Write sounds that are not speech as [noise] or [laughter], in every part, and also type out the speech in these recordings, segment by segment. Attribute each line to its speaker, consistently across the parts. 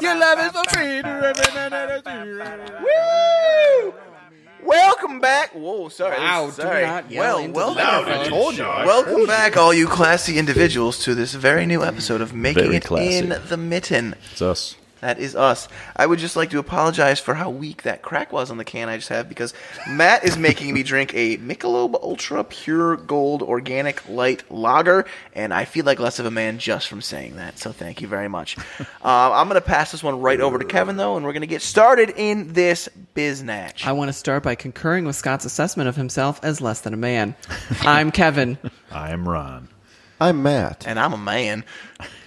Speaker 1: Your love is a freedom.
Speaker 2: Woo! Welcome back. Whoa, sorry.
Speaker 3: Wow, do
Speaker 2: sorry.
Speaker 3: not yell
Speaker 2: well,
Speaker 3: into the
Speaker 2: welcome.
Speaker 3: microphone.
Speaker 2: I told you. Welcome back, all you classy individuals, to this very new episode of Making
Speaker 4: Very
Speaker 2: It
Speaker 4: classy.
Speaker 2: in the Mitten.
Speaker 4: It's us.
Speaker 2: That is us. I would just like to apologize for how weak that crack was on the can I just have because Matt is making me drink a Michelob Ultra Pure Gold Organic Light Lager, and I feel like less of a man just from saying that. So thank you very
Speaker 4: [laughs]
Speaker 2: much. um, I'm gonna pass this one right over to Kevin though, and we're gonna get started in this biznatch.
Speaker 3: I want to start by concurring with Scott's assessment of himself as less than a man. I'm Kevin.
Speaker 4: I'm Ron.
Speaker 5: I'm Matt.
Speaker 2: and I'm a man.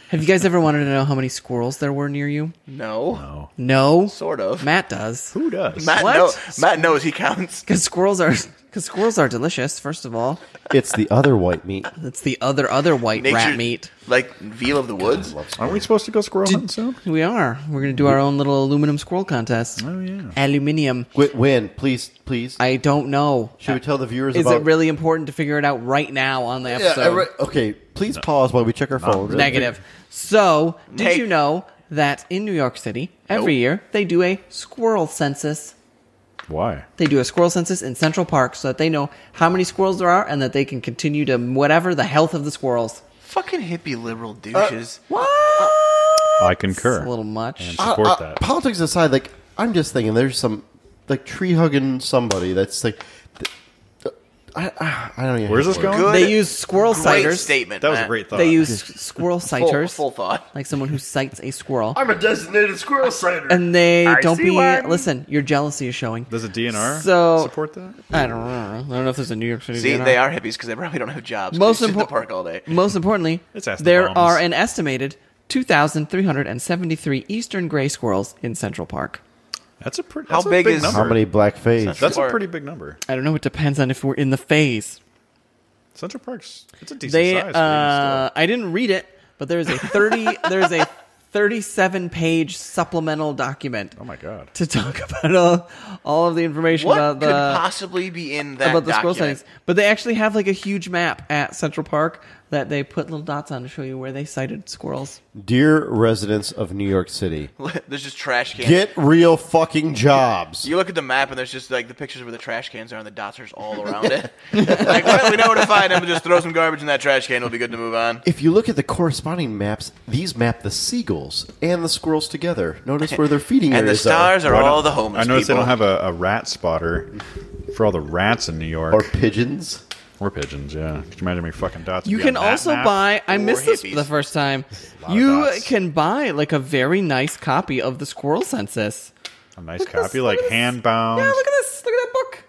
Speaker 3: Have you guys ever wanted to know how many squirrels there were near you?
Speaker 2: No,
Speaker 4: Oh,
Speaker 3: No.
Speaker 2: sort of.
Speaker 3: Matt does.
Speaker 4: who does?
Speaker 2: Matt,
Speaker 3: What?
Speaker 2: know- Matt knows he counts.
Speaker 3: Because squirrels are because squirrels are delicious. First of all,
Speaker 5: It's the other white meat.
Speaker 3: it's the other other white
Speaker 2: Nature-
Speaker 3: rat meat.
Speaker 2: like veal of the woods.
Speaker 4: Aren't we supposed to go squirrel hunting soon?
Speaker 3: We are. We're gonna do our own little aluminum squirrel contest.
Speaker 4: Oh yeah.
Speaker 3: Aluminium.
Speaker 5: Wh- When? Please, please.
Speaker 3: I don't know.
Speaker 5: Should we tell the viewers
Speaker 3: Is
Speaker 5: about?
Speaker 3: it really important to figure it out right now on the
Speaker 5: Yeah,
Speaker 3: episode?
Speaker 5: I re- okay, please pause while we check our phones.
Speaker 4: really.
Speaker 3: Negative. So, did
Speaker 2: Neg-
Speaker 3: you know that in New York City every
Speaker 2: Nope.
Speaker 3: year they do a squirrel census?
Speaker 4: Why?
Speaker 3: They do a squirrel census in Central Park so that they know how many squirrels there are and that they can continue to whatever the health of the squirrels.
Speaker 2: Fucking hippie liberal douches.
Speaker 3: What?
Speaker 4: I concur.
Speaker 3: That's a little much.
Speaker 4: And
Speaker 5: Uh,
Speaker 4: support
Speaker 5: uh,
Speaker 4: that.
Speaker 5: Politics aside, like I'm just thinking, there's some like tree hugging somebody that's like, th- I, I, I don't even.
Speaker 4: Where's this going?
Speaker 2: Good.
Speaker 3: they use squirrel
Speaker 2: Great
Speaker 3: citers.
Speaker 2: statement.
Speaker 4: That was a
Speaker 2: Matt.
Speaker 4: great thought.
Speaker 3: They use squirrel
Speaker 2: full,
Speaker 3: citers,
Speaker 2: full thought.
Speaker 3: like someone who cites a squirrel.
Speaker 5: I'm a designated squirrel cider.
Speaker 3: and they don't
Speaker 2: see
Speaker 3: be
Speaker 2: one.
Speaker 3: listen. Your jealousy is showing.
Speaker 4: Does the DNR
Speaker 3: So-
Speaker 4: support that?
Speaker 3: I don't know. I don't know if there's a New York City.
Speaker 2: See,
Speaker 3: DNR.
Speaker 2: they are hippies because they probably don't have jobs. Most
Speaker 3: Most
Speaker 2: in the
Speaker 3: impor-
Speaker 2: park all day.
Speaker 3: Most importantly,
Speaker 4: [laughs] It's Aston
Speaker 3: there
Speaker 4: Palms.
Speaker 3: are an estimated 2,373 eastern gray squirrels in Central Park.
Speaker 4: That's a pretty.
Speaker 2: How
Speaker 4: That's a
Speaker 2: big
Speaker 4: big
Speaker 2: is-
Speaker 4: number.
Speaker 5: How many blackface?
Speaker 4: That's a
Speaker 2: Or-
Speaker 4: pretty big number.
Speaker 3: I don't know. It depends on if we're in the phase.
Speaker 4: Central Park's. It's a decent
Speaker 3: They.
Speaker 4: size.
Speaker 3: Uh,
Speaker 4: for
Speaker 3: I didn't read it, but there's
Speaker 4: [laughs]
Speaker 3: a 30. there's a 37 page supplemental document
Speaker 4: oh my god.
Speaker 3: to talk [laughs] about all, all of the information
Speaker 2: What
Speaker 3: about
Speaker 2: could
Speaker 3: the
Speaker 2: possibly be in that
Speaker 3: about the squirrel
Speaker 2: document?
Speaker 3: sightings. But they actually have like a huge map at Central Park that they put little dots on to show you where they sighted squirrels.
Speaker 5: Dear residents of New York City,
Speaker 2: [laughs] There's just trash cans.
Speaker 5: get real fucking jobs.
Speaker 2: you look at the map and there's just like the pictures where the trash cans are and the dots are just
Speaker 3: [laughs]
Speaker 2: all around it. like, well, we know where to find them. Just throw some garbage in that trash can. It'll be good to move on.
Speaker 5: If you look at the corresponding maps, these map the seagulls and the squirrels together.
Speaker 3: [laughs]
Speaker 5: Notice where their feeding
Speaker 2: And the
Speaker 5: areas
Speaker 2: stars are
Speaker 4: Why don't-
Speaker 2: all the homeless
Speaker 4: uh, I noticed
Speaker 2: people.
Speaker 4: they don't have a, a rat spotter for all the rats in New York
Speaker 5: are.
Speaker 4: or,
Speaker 5: Or pigeons.
Speaker 4: pigeons. Yeah. Could you imagine how many fucking dots?
Speaker 3: You
Speaker 4: would be
Speaker 3: can
Speaker 4: on that
Speaker 3: also
Speaker 4: map?
Speaker 3: buy. I
Speaker 2: Or
Speaker 3: missed this
Speaker 2: hippies.
Speaker 3: the first time.
Speaker 4: lot of
Speaker 3: You
Speaker 4: dots.
Speaker 3: can buy like a very nice copy of the Squirrel Census.
Speaker 4: a nice
Speaker 3: Look at this,
Speaker 4: copy, like
Speaker 3: look at this.
Speaker 4: hand bound.
Speaker 3: Yeah, look at this. Look at that book.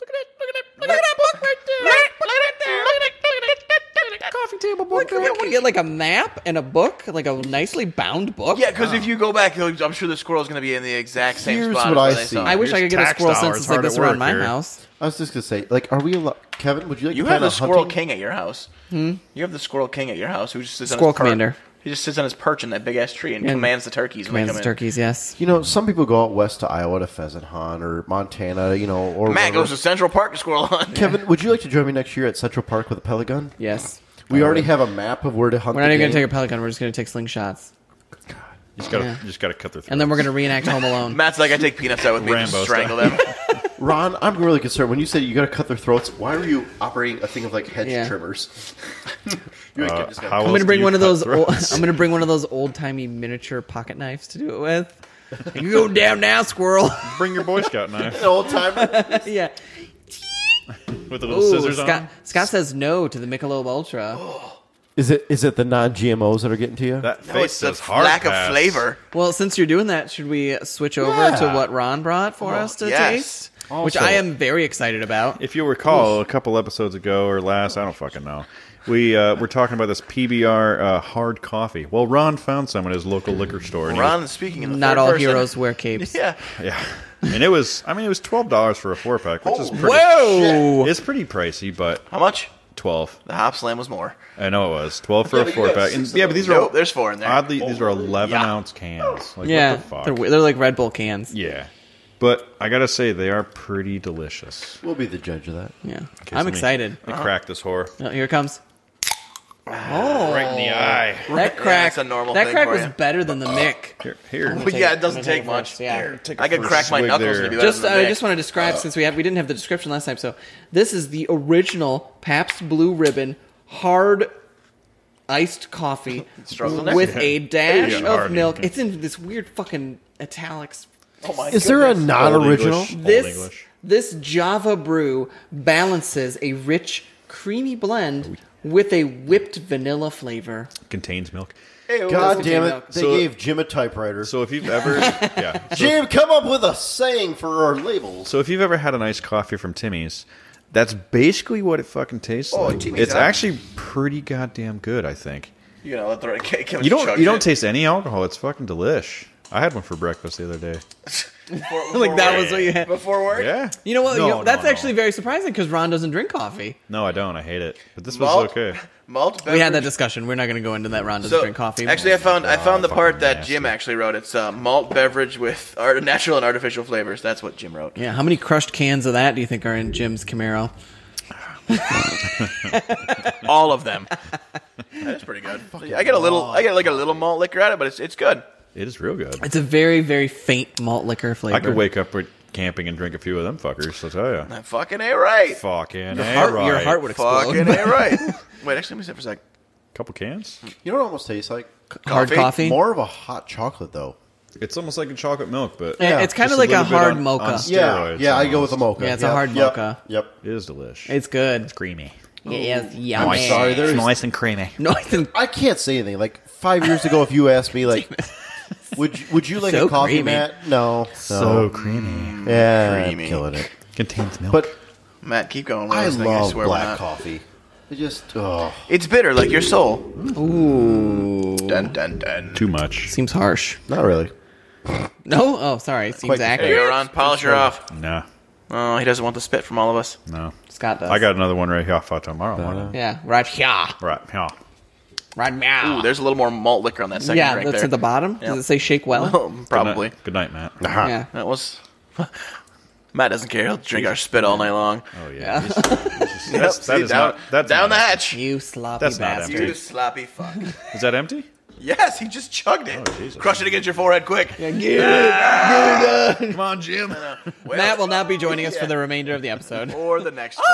Speaker 3: Look at it. Look at it. Look at that book right there. Look at it there. Look at it. Look at it. Coffee table book. You want to get like a map and a book, like a nicely bound book.
Speaker 2: Yeah, because if you go back, you'll- I'm sure the squirrel's going to be in the exact same
Speaker 5: Here's
Speaker 2: spot.
Speaker 5: what
Speaker 2: as where
Speaker 5: I
Speaker 2: they
Speaker 5: see.
Speaker 2: saw it.
Speaker 3: I wish I could
Speaker 4: Here's
Speaker 3: get a
Speaker 4: tax
Speaker 3: squirrel
Speaker 4: dollars
Speaker 3: census like
Speaker 4: hard at
Speaker 3: this around
Speaker 4: work
Speaker 3: my
Speaker 4: here.
Speaker 3: house.
Speaker 5: I was just gonna say, like, are we allowed? Kevin, would you like
Speaker 2: You
Speaker 5: to
Speaker 2: have
Speaker 5: plan
Speaker 2: the
Speaker 5: on
Speaker 2: squirrel
Speaker 5: hunting?
Speaker 2: king at your house. You have the squirrel king at your house who just sits on
Speaker 3: Hmm? Squirrel
Speaker 2: his perch.
Speaker 3: commander.
Speaker 2: He just sits on his perch in that big ass tree and,
Speaker 3: And
Speaker 2: commands the turkeys.
Speaker 3: Commands
Speaker 2: when they come in.
Speaker 3: turkeys. Yes.
Speaker 5: You know, some people go out west to Iowa to pheasant hunt or Montana. You know, or
Speaker 2: Matt
Speaker 5: wherever.
Speaker 2: goes to [laughs] Central Park to squirrel hunt.
Speaker 5: Kevin, would you like to join me next year at Central Park with a pelican?
Speaker 3: Yes.
Speaker 5: We already have a map of where to hunt.
Speaker 3: We're not
Speaker 5: the
Speaker 3: even going to
Speaker 5: game.
Speaker 3: take a pelican. We're just going to take slingshots,
Speaker 4: You just gotta, you just gotta cut their. Throats.
Speaker 3: and then we're going to reenact
Speaker 4: [laughs]
Speaker 3: Home Alone.
Speaker 2: Matt's like, I take peanuts out with me and
Speaker 4: Rambo
Speaker 2: just strangle them.
Speaker 4: [laughs]
Speaker 5: Ron, I'm really concerned. When you said you got to cut their throats, why were you operating a thing of like hedge
Speaker 3: Yeah.
Speaker 5: trimmers? [laughs] You're like,
Speaker 4: Uh,
Speaker 5: "I'm just gonna
Speaker 4: how else
Speaker 3: I'm
Speaker 5: cut
Speaker 3: gonna
Speaker 4: do
Speaker 3: bring
Speaker 4: you
Speaker 3: one of
Speaker 4: cut
Speaker 3: those. [laughs] Old,
Speaker 4: throats?
Speaker 3: I'm gonna bring one of those old timey miniature pocket knives to do it with. You go down now, squirrel. [laughs]
Speaker 4: [laughs] bring your Boy Scout knife
Speaker 5: [laughs] an old timer.
Speaker 3: yeah.
Speaker 4: with the little
Speaker 3: Ooh,
Speaker 4: scissors
Speaker 3: Scott,
Speaker 4: on.
Speaker 3: Scott says no to the Michelob Ultra.
Speaker 5: Is it is it the non-GMOs that are getting to you?
Speaker 4: That
Speaker 2: No,
Speaker 4: face
Speaker 2: it's the
Speaker 4: says hard
Speaker 2: lack
Speaker 4: pass.
Speaker 2: of flavor.
Speaker 3: Well, since you're doing that, should we switch over to
Speaker 5: Yeah.
Speaker 3: what Ron brought for us to
Speaker 2: yes.
Speaker 3: taste? Which I am very excited about.
Speaker 4: If you'll recall, a couple episodes ago or last, I don't fucking know. We uh, were talking about this PBR uh, hard coffee. Well, Ron found some at his local liquor store. And he
Speaker 2: Ron speaking in the
Speaker 3: Not
Speaker 2: third
Speaker 3: all
Speaker 2: person.
Speaker 3: heroes wear
Speaker 2: [laughs]
Speaker 3: capes.
Speaker 2: Yeah.
Speaker 4: was- [laughs] yeah, and it was. I mean, it was twelve dollars for a four pack, which is pretty.
Speaker 3: Oh, Whoa!
Speaker 4: It's pretty pricey, but
Speaker 2: How much?
Speaker 4: twelve.
Speaker 2: The hop slam was more.
Speaker 4: I know it was twelve for a four pack. And, yeah, but these
Speaker 2: Nope,
Speaker 4: are
Speaker 2: there's four in there.
Speaker 4: oddly these are eleven ounce cans. Like,
Speaker 3: Yeah,
Speaker 4: what the fuck?
Speaker 3: they're, they're like Red Bull cans.
Speaker 4: yeah, But I gotta say, they are pretty delicious.
Speaker 5: We'll be the judge of that.
Speaker 3: Yeah.
Speaker 4: Okay, so let
Speaker 3: I'm
Speaker 4: me-
Speaker 3: excited.
Speaker 4: Let me crack this whore
Speaker 3: Oh, here it comes. Oh,
Speaker 4: right in the eye.
Speaker 3: that crack.
Speaker 2: that's a normal
Speaker 3: that
Speaker 2: thing
Speaker 3: crack
Speaker 2: for
Speaker 3: was
Speaker 2: you.
Speaker 3: better than the Mick.
Speaker 4: Here, here.
Speaker 2: But
Speaker 3: take
Speaker 2: yeah,
Speaker 3: it.
Speaker 2: it doesn't take
Speaker 3: I'm gonna take it
Speaker 2: much.
Speaker 3: first, yeah. Here,
Speaker 4: take
Speaker 2: I
Speaker 4: the
Speaker 2: could
Speaker 4: first
Speaker 2: crack my
Speaker 4: swig
Speaker 2: knuckles
Speaker 4: there.
Speaker 2: to do
Speaker 3: Just,
Speaker 2: that.
Speaker 3: I just want to describe since we had we didn't have the description last time. So this is the original Pabst Blue Ribbon hard iced coffee
Speaker 2: Struggle neck.
Speaker 3: with a dash
Speaker 4: Yeah,
Speaker 3: of
Speaker 4: hard.
Speaker 3: milk. It's in this weird fucking italics.
Speaker 2: Oh my
Speaker 5: Is there a
Speaker 2: goodness.
Speaker 5: non
Speaker 4: Old
Speaker 5: original?
Speaker 4: English. Old
Speaker 3: This
Speaker 4: English.
Speaker 3: this Java brew balances a rich, creamy blend with a whipped vanilla flavor.
Speaker 4: contains milk.
Speaker 5: God damn
Speaker 3: milk.
Speaker 5: it. They
Speaker 4: So-
Speaker 5: gave Jim a typewriter.
Speaker 4: So if you've
Speaker 3: [laughs]
Speaker 4: ever, yeah, so,
Speaker 5: Jim, come up with a saying for our labels.
Speaker 4: so if you've ever had an iced coffee from Timmy's, that's basically what it fucking tastes
Speaker 2: Oh,
Speaker 4: like.
Speaker 2: Timmy's,
Speaker 4: it's
Speaker 2: huh?
Speaker 4: actually pretty goddamn good. I think
Speaker 2: You know, let [laughs] the right kid
Speaker 4: you don't you don't taste any alcohol. It's fucking delish. I had one for breakfast the other day.
Speaker 3: [laughs] Like that was what you had.
Speaker 2: before work.
Speaker 4: Yeah,
Speaker 3: You know what?
Speaker 4: No,
Speaker 3: you know,
Speaker 4: no,
Speaker 3: that's
Speaker 4: no.
Speaker 3: actually very surprising because Ron doesn't drink coffee.
Speaker 4: no, I don't. I hate it. But this was
Speaker 2: Malt,
Speaker 4: okay.
Speaker 2: Malt. Beverage.
Speaker 3: We had that discussion. We're not going to go into that. Ron doesn't
Speaker 2: So,
Speaker 3: drink coffee.
Speaker 2: Actually, I found I found the
Speaker 4: fucking
Speaker 2: part that
Speaker 4: nasty.
Speaker 2: Jim actually wrote. It's uh, malt beverage with [laughs] art, natural and artificial flavors. That's what Jim wrote.
Speaker 3: Yeah, how many crushed cans of that do you think are in Jim's Camaro?
Speaker 2: All of them. [laughs] That's pretty good. I get a little I get like a little malt liquor out of it, but it's it's good.
Speaker 4: It is real good.
Speaker 3: It's a very, very faint malt liquor flavor.
Speaker 4: I could wake up with camping and drink a few of them fuckers. I'll tell you.
Speaker 2: I'm fucking a right.
Speaker 4: Fucking
Speaker 3: Your heart,
Speaker 4: right.
Speaker 3: your heart would explode.
Speaker 2: Fucking a
Speaker 3: [laughs]
Speaker 2: right. Wait, actually, let me sit for a sec.
Speaker 4: Couple cans.
Speaker 5: You know what it almost tastes like?
Speaker 3: hard
Speaker 2: Coffee?
Speaker 3: coffee.
Speaker 5: More of a hot chocolate, though.
Speaker 4: It's almost like a chocolate milk, but
Speaker 3: Yeah, it's kind
Speaker 4: just
Speaker 3: of like a,
Speaker 4: little bit
Speaker 3: hard
Speaker 4: on-
Speaker 3: mocha.
Speaker 4: on
Speaker 5: Yeah,
Speaker 4: steroids
Speaker 5: yeah. I go with a
Speaker 4: almost.
Speaker 5: mocha.
Speaker 3: Yeah, it's a hard
Speaker 5: yep,
Speaker 3: mocha.
Speaker 5: Yep.
Speaker 4: It is delish.
Speaker 3: it's good.
Speaker 4: creamy.
Speaker 3: Yes,
Speaker 5: I'm
Speaker 3: yummy.
Speaker 5: sorry. There's
Speaker 4: Oh. nice and creamy.
Speaker 3: No, I think [laughs]
Speaker 5: I can't say anything. Like five years ago, if you asked me, like, [laughs] would you, would you like
Speaker 3: So
Speaker 5: a coffee,
Speaker 3: creamy.
Speaker 5: Matt? No, no.
Speaker 4: So creamy.
Speaker 5: yeah,
Speaker 2: creamy.
Speaker 5: I'm killing it.
Speaker 4: Contains milk.
Speaker 5: But
Speaker 2: Matt, keep going. We're
Speaker 5: I
Speaker 2: listening.
Speaker 5: love
Speaker 2: I swear we're
Speaker 5: black
Speaker 2: not.
Speaker 5: coffee. It just oh,
Speaker 2: It's bitter, like your soul. Ooh. Dun dun dun.
Speaker 4: too much.
Speaker 3: seems harsh.
Speaker 5: not really.
Speaker 3: No, oh, sorry, seems
Speaker 5: Quite-
Speaker 2: There you
Speaker 3: accurate.
Speaker 2: go, Ron. Polish her off.
Speaker 4: Nah,
Speaker 2: Oh, he doesn't want the spit from all of us.
Speaker 4: no.
Speaker 3: Scott does.
Speaker 4: I got another one right here for tomorrow morning.
Speaker 3: Yeah, right here,
Speaker 4: Right, yeah.
Speaker 3: right now.
Speaker 2: Ooh, there's a little more malt liquor on that second
Speaker 3: yeah,
Speaker 2: drink
Speaker 3: that's
Speaker 2: there. [laughs]
Speaker 3: at the bottom.
Speaker 2: Yeah.
Speaker 3: Does it say shake well?
Speaker 4: [laughs]
Speaker 2: Probably.
Speaker 4: Good night, Matt.
Speaker 3: Yeah.
Speaker 2: That was. [laughs] Matt doesn't care. He'll drink our spit all night long.
Speaker 4: Oh yeah. He's- he's- that's,
Speaker 2: Yep,
Speaker 4: that
Speaker 2: see,
Speaker 4: is
Speaker 2: down,
Speaker 4: not. That's
Speaker 2: down the
Speaker 4: not-
Speaker 2: hatch.
Speaker 3: You sloppy
Speaker 4: That's not
Speaker 3: bastard.
Speaker 4: empty.
Speaker 2: sloppy fuck. [laughs]
Speaker 4: Is that empty?
Speaker 2: yes, he just chugged it.
Speaker 4: Oh, Jesus.
Speaker 2: Crush it against your forehead quick.
Speaker 4: Come on, Jim. The
Speaker 2: Well,
Speaker 3: Matt will Ah! not be joining us for
Speaker 2: Yeah.
Speaker 3: the remainder of the episode.
Speaker 2: Or the next one.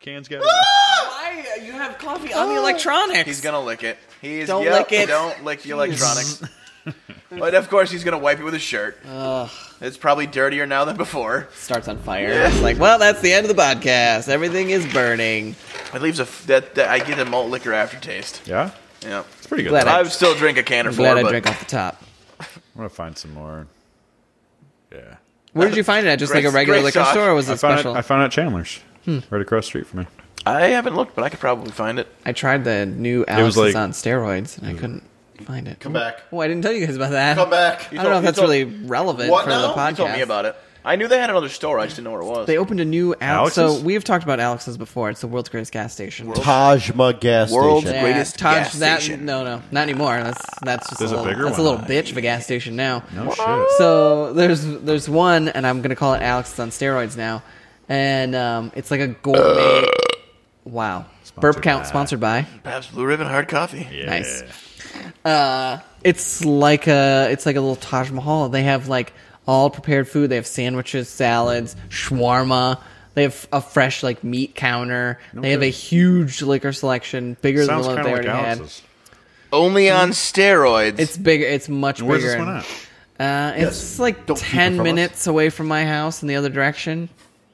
Speaker 4: can's got.
Speaker 3: [laughs] Why uh, you have coffee on the electronics?
Speaker 2: He's gonna lick it. He's
Speaker 3: Don't
Speaker 2: yep,
Speaker 3: lick it.
Speaker 2: Don't lick the
Speaker 3: [laughs]
Speaker 2: electronics. but of course, he's gonna wipe it with his shirt. It's probably dirtier now than before.
Speaker 3: starts on fire. It's like, well, that's the end of the podcast. Everything is burning.
Speaker 2: It leaves a f- that, that I get a malt liquor aftertaste.
Speaker 4: Yeah,
Speaker 2: Yeah,
Speaker 4: it's pretty good.
Speaker 3: Glad
Speaker 4: though.
Speaker 2: I
Speaker 4: I'm
Speaker 2: would still drink a can or
Speaker 3: I'm
Speaker 2: 4
Speaker 3: glad I
Speaker 2: but
Speaker 3: drank off the top.
Speaker 4: gonna find some more. Yeah.
Speaker 3: Where did you find it at? Just like
Speaker 2: Great-
Speaker 3: a regular
Speaker 2: great
Speaker 3: liquor
Speaker 2: sauce.
Speaker 3: store, or was
Speaker 4: I
Speaker 3: it
Speaker 4: found
Speaker 3: special? Hmm.
Speaker 4: it. I found it at Chandler's, right across the street from me.
Speaker 2: I haven't looked, but I could probably find it.
Speaker 3: I tried the new Alex
Speaker 4: like- Mm.
Speaker 3: is on steroids, and I couldn't find it.
Speaker 5: Come back.
Speaker 3: Oh, I didn't tell you guys about that.
Speaker 5: Come back.
Speaker 3: I
Speaker 2: You
Speaker 3: don't know
Speaker 2: told-
Speaker 3: if
Speaker 2: you
Speaker 3: that's
Speaker 2: told-
Speaker 3: really relevant
Speaker 5: What
Speaker 3: for
Speaker 5: now?
Speaker 3: the
Speaker 5: You
Speaker 3: podcast.
Speaker 2: You told me about it. I knew they had another store. I just didn't know where it was.
Speaker 3: They opened a new Alex.
Speaker 4: Alex's?
Speaker 3: So we've talked about Alex's before. It's the world's greatest gas station.
Speaker 5: Tajma gas
Speaker 2: World's
Speaker 5: station.
Speaker 2: Yeah. greatest
Speaker 3: Taj-
Speaker 2: gas
Speaker 3: that,
Speaker 2: station.
Speaker 3: No, no, not anymore. That's that's just
Speaker 4: There's a
Speaker 3: a little,
Speaker 4: bigger
Speaker 3: that's a
Speaker 4: one.
Speaker 3: little bitch of a gas station now.
Speaker 4: No shit.
Speaker 3: So there's there's one, and I'm gonna call it Alex is on steroids now, and um, it's like a gourmet. wow, burp count
Speaker 4: by-
Speaker 3: sponsored by.
Speaker 2: Perhaps Blue Ribbon Hard Coffee.
Speaker 4: Yeah.
Speaker 3: Nice. Uh, it's like a it's like a little Taj Mahal. They have like all prepared food. They have sandwiches, salads, shawarma. They have a fresh like meat counter. they have a
Speaker 4: kidding.
Speaker 3: huge liquor selection, bigger than
Speaker 4: Sounds
Speaker 3: the one
Speaker 4: kind
Speaker 3: that
Speaker 4: of
Speaker 3: they
Speaker 4: like
Speaker 3: already had.
Speaker 4: Alex's.
Speaker 2: Only on steroids.
Speaker 3: It's bigger. It's much
Speaker 4: Where's
Speaker 3: bigger.
Speaker 4: this one
Speaker 3: and-
Speaker 4: at?
Speaker 3: Uh, it's like
Speaker 5: Don't keep it
Speaker 3: ten
Speaker 5: from us.
Speaker 3: minutes away from my house in the other direction.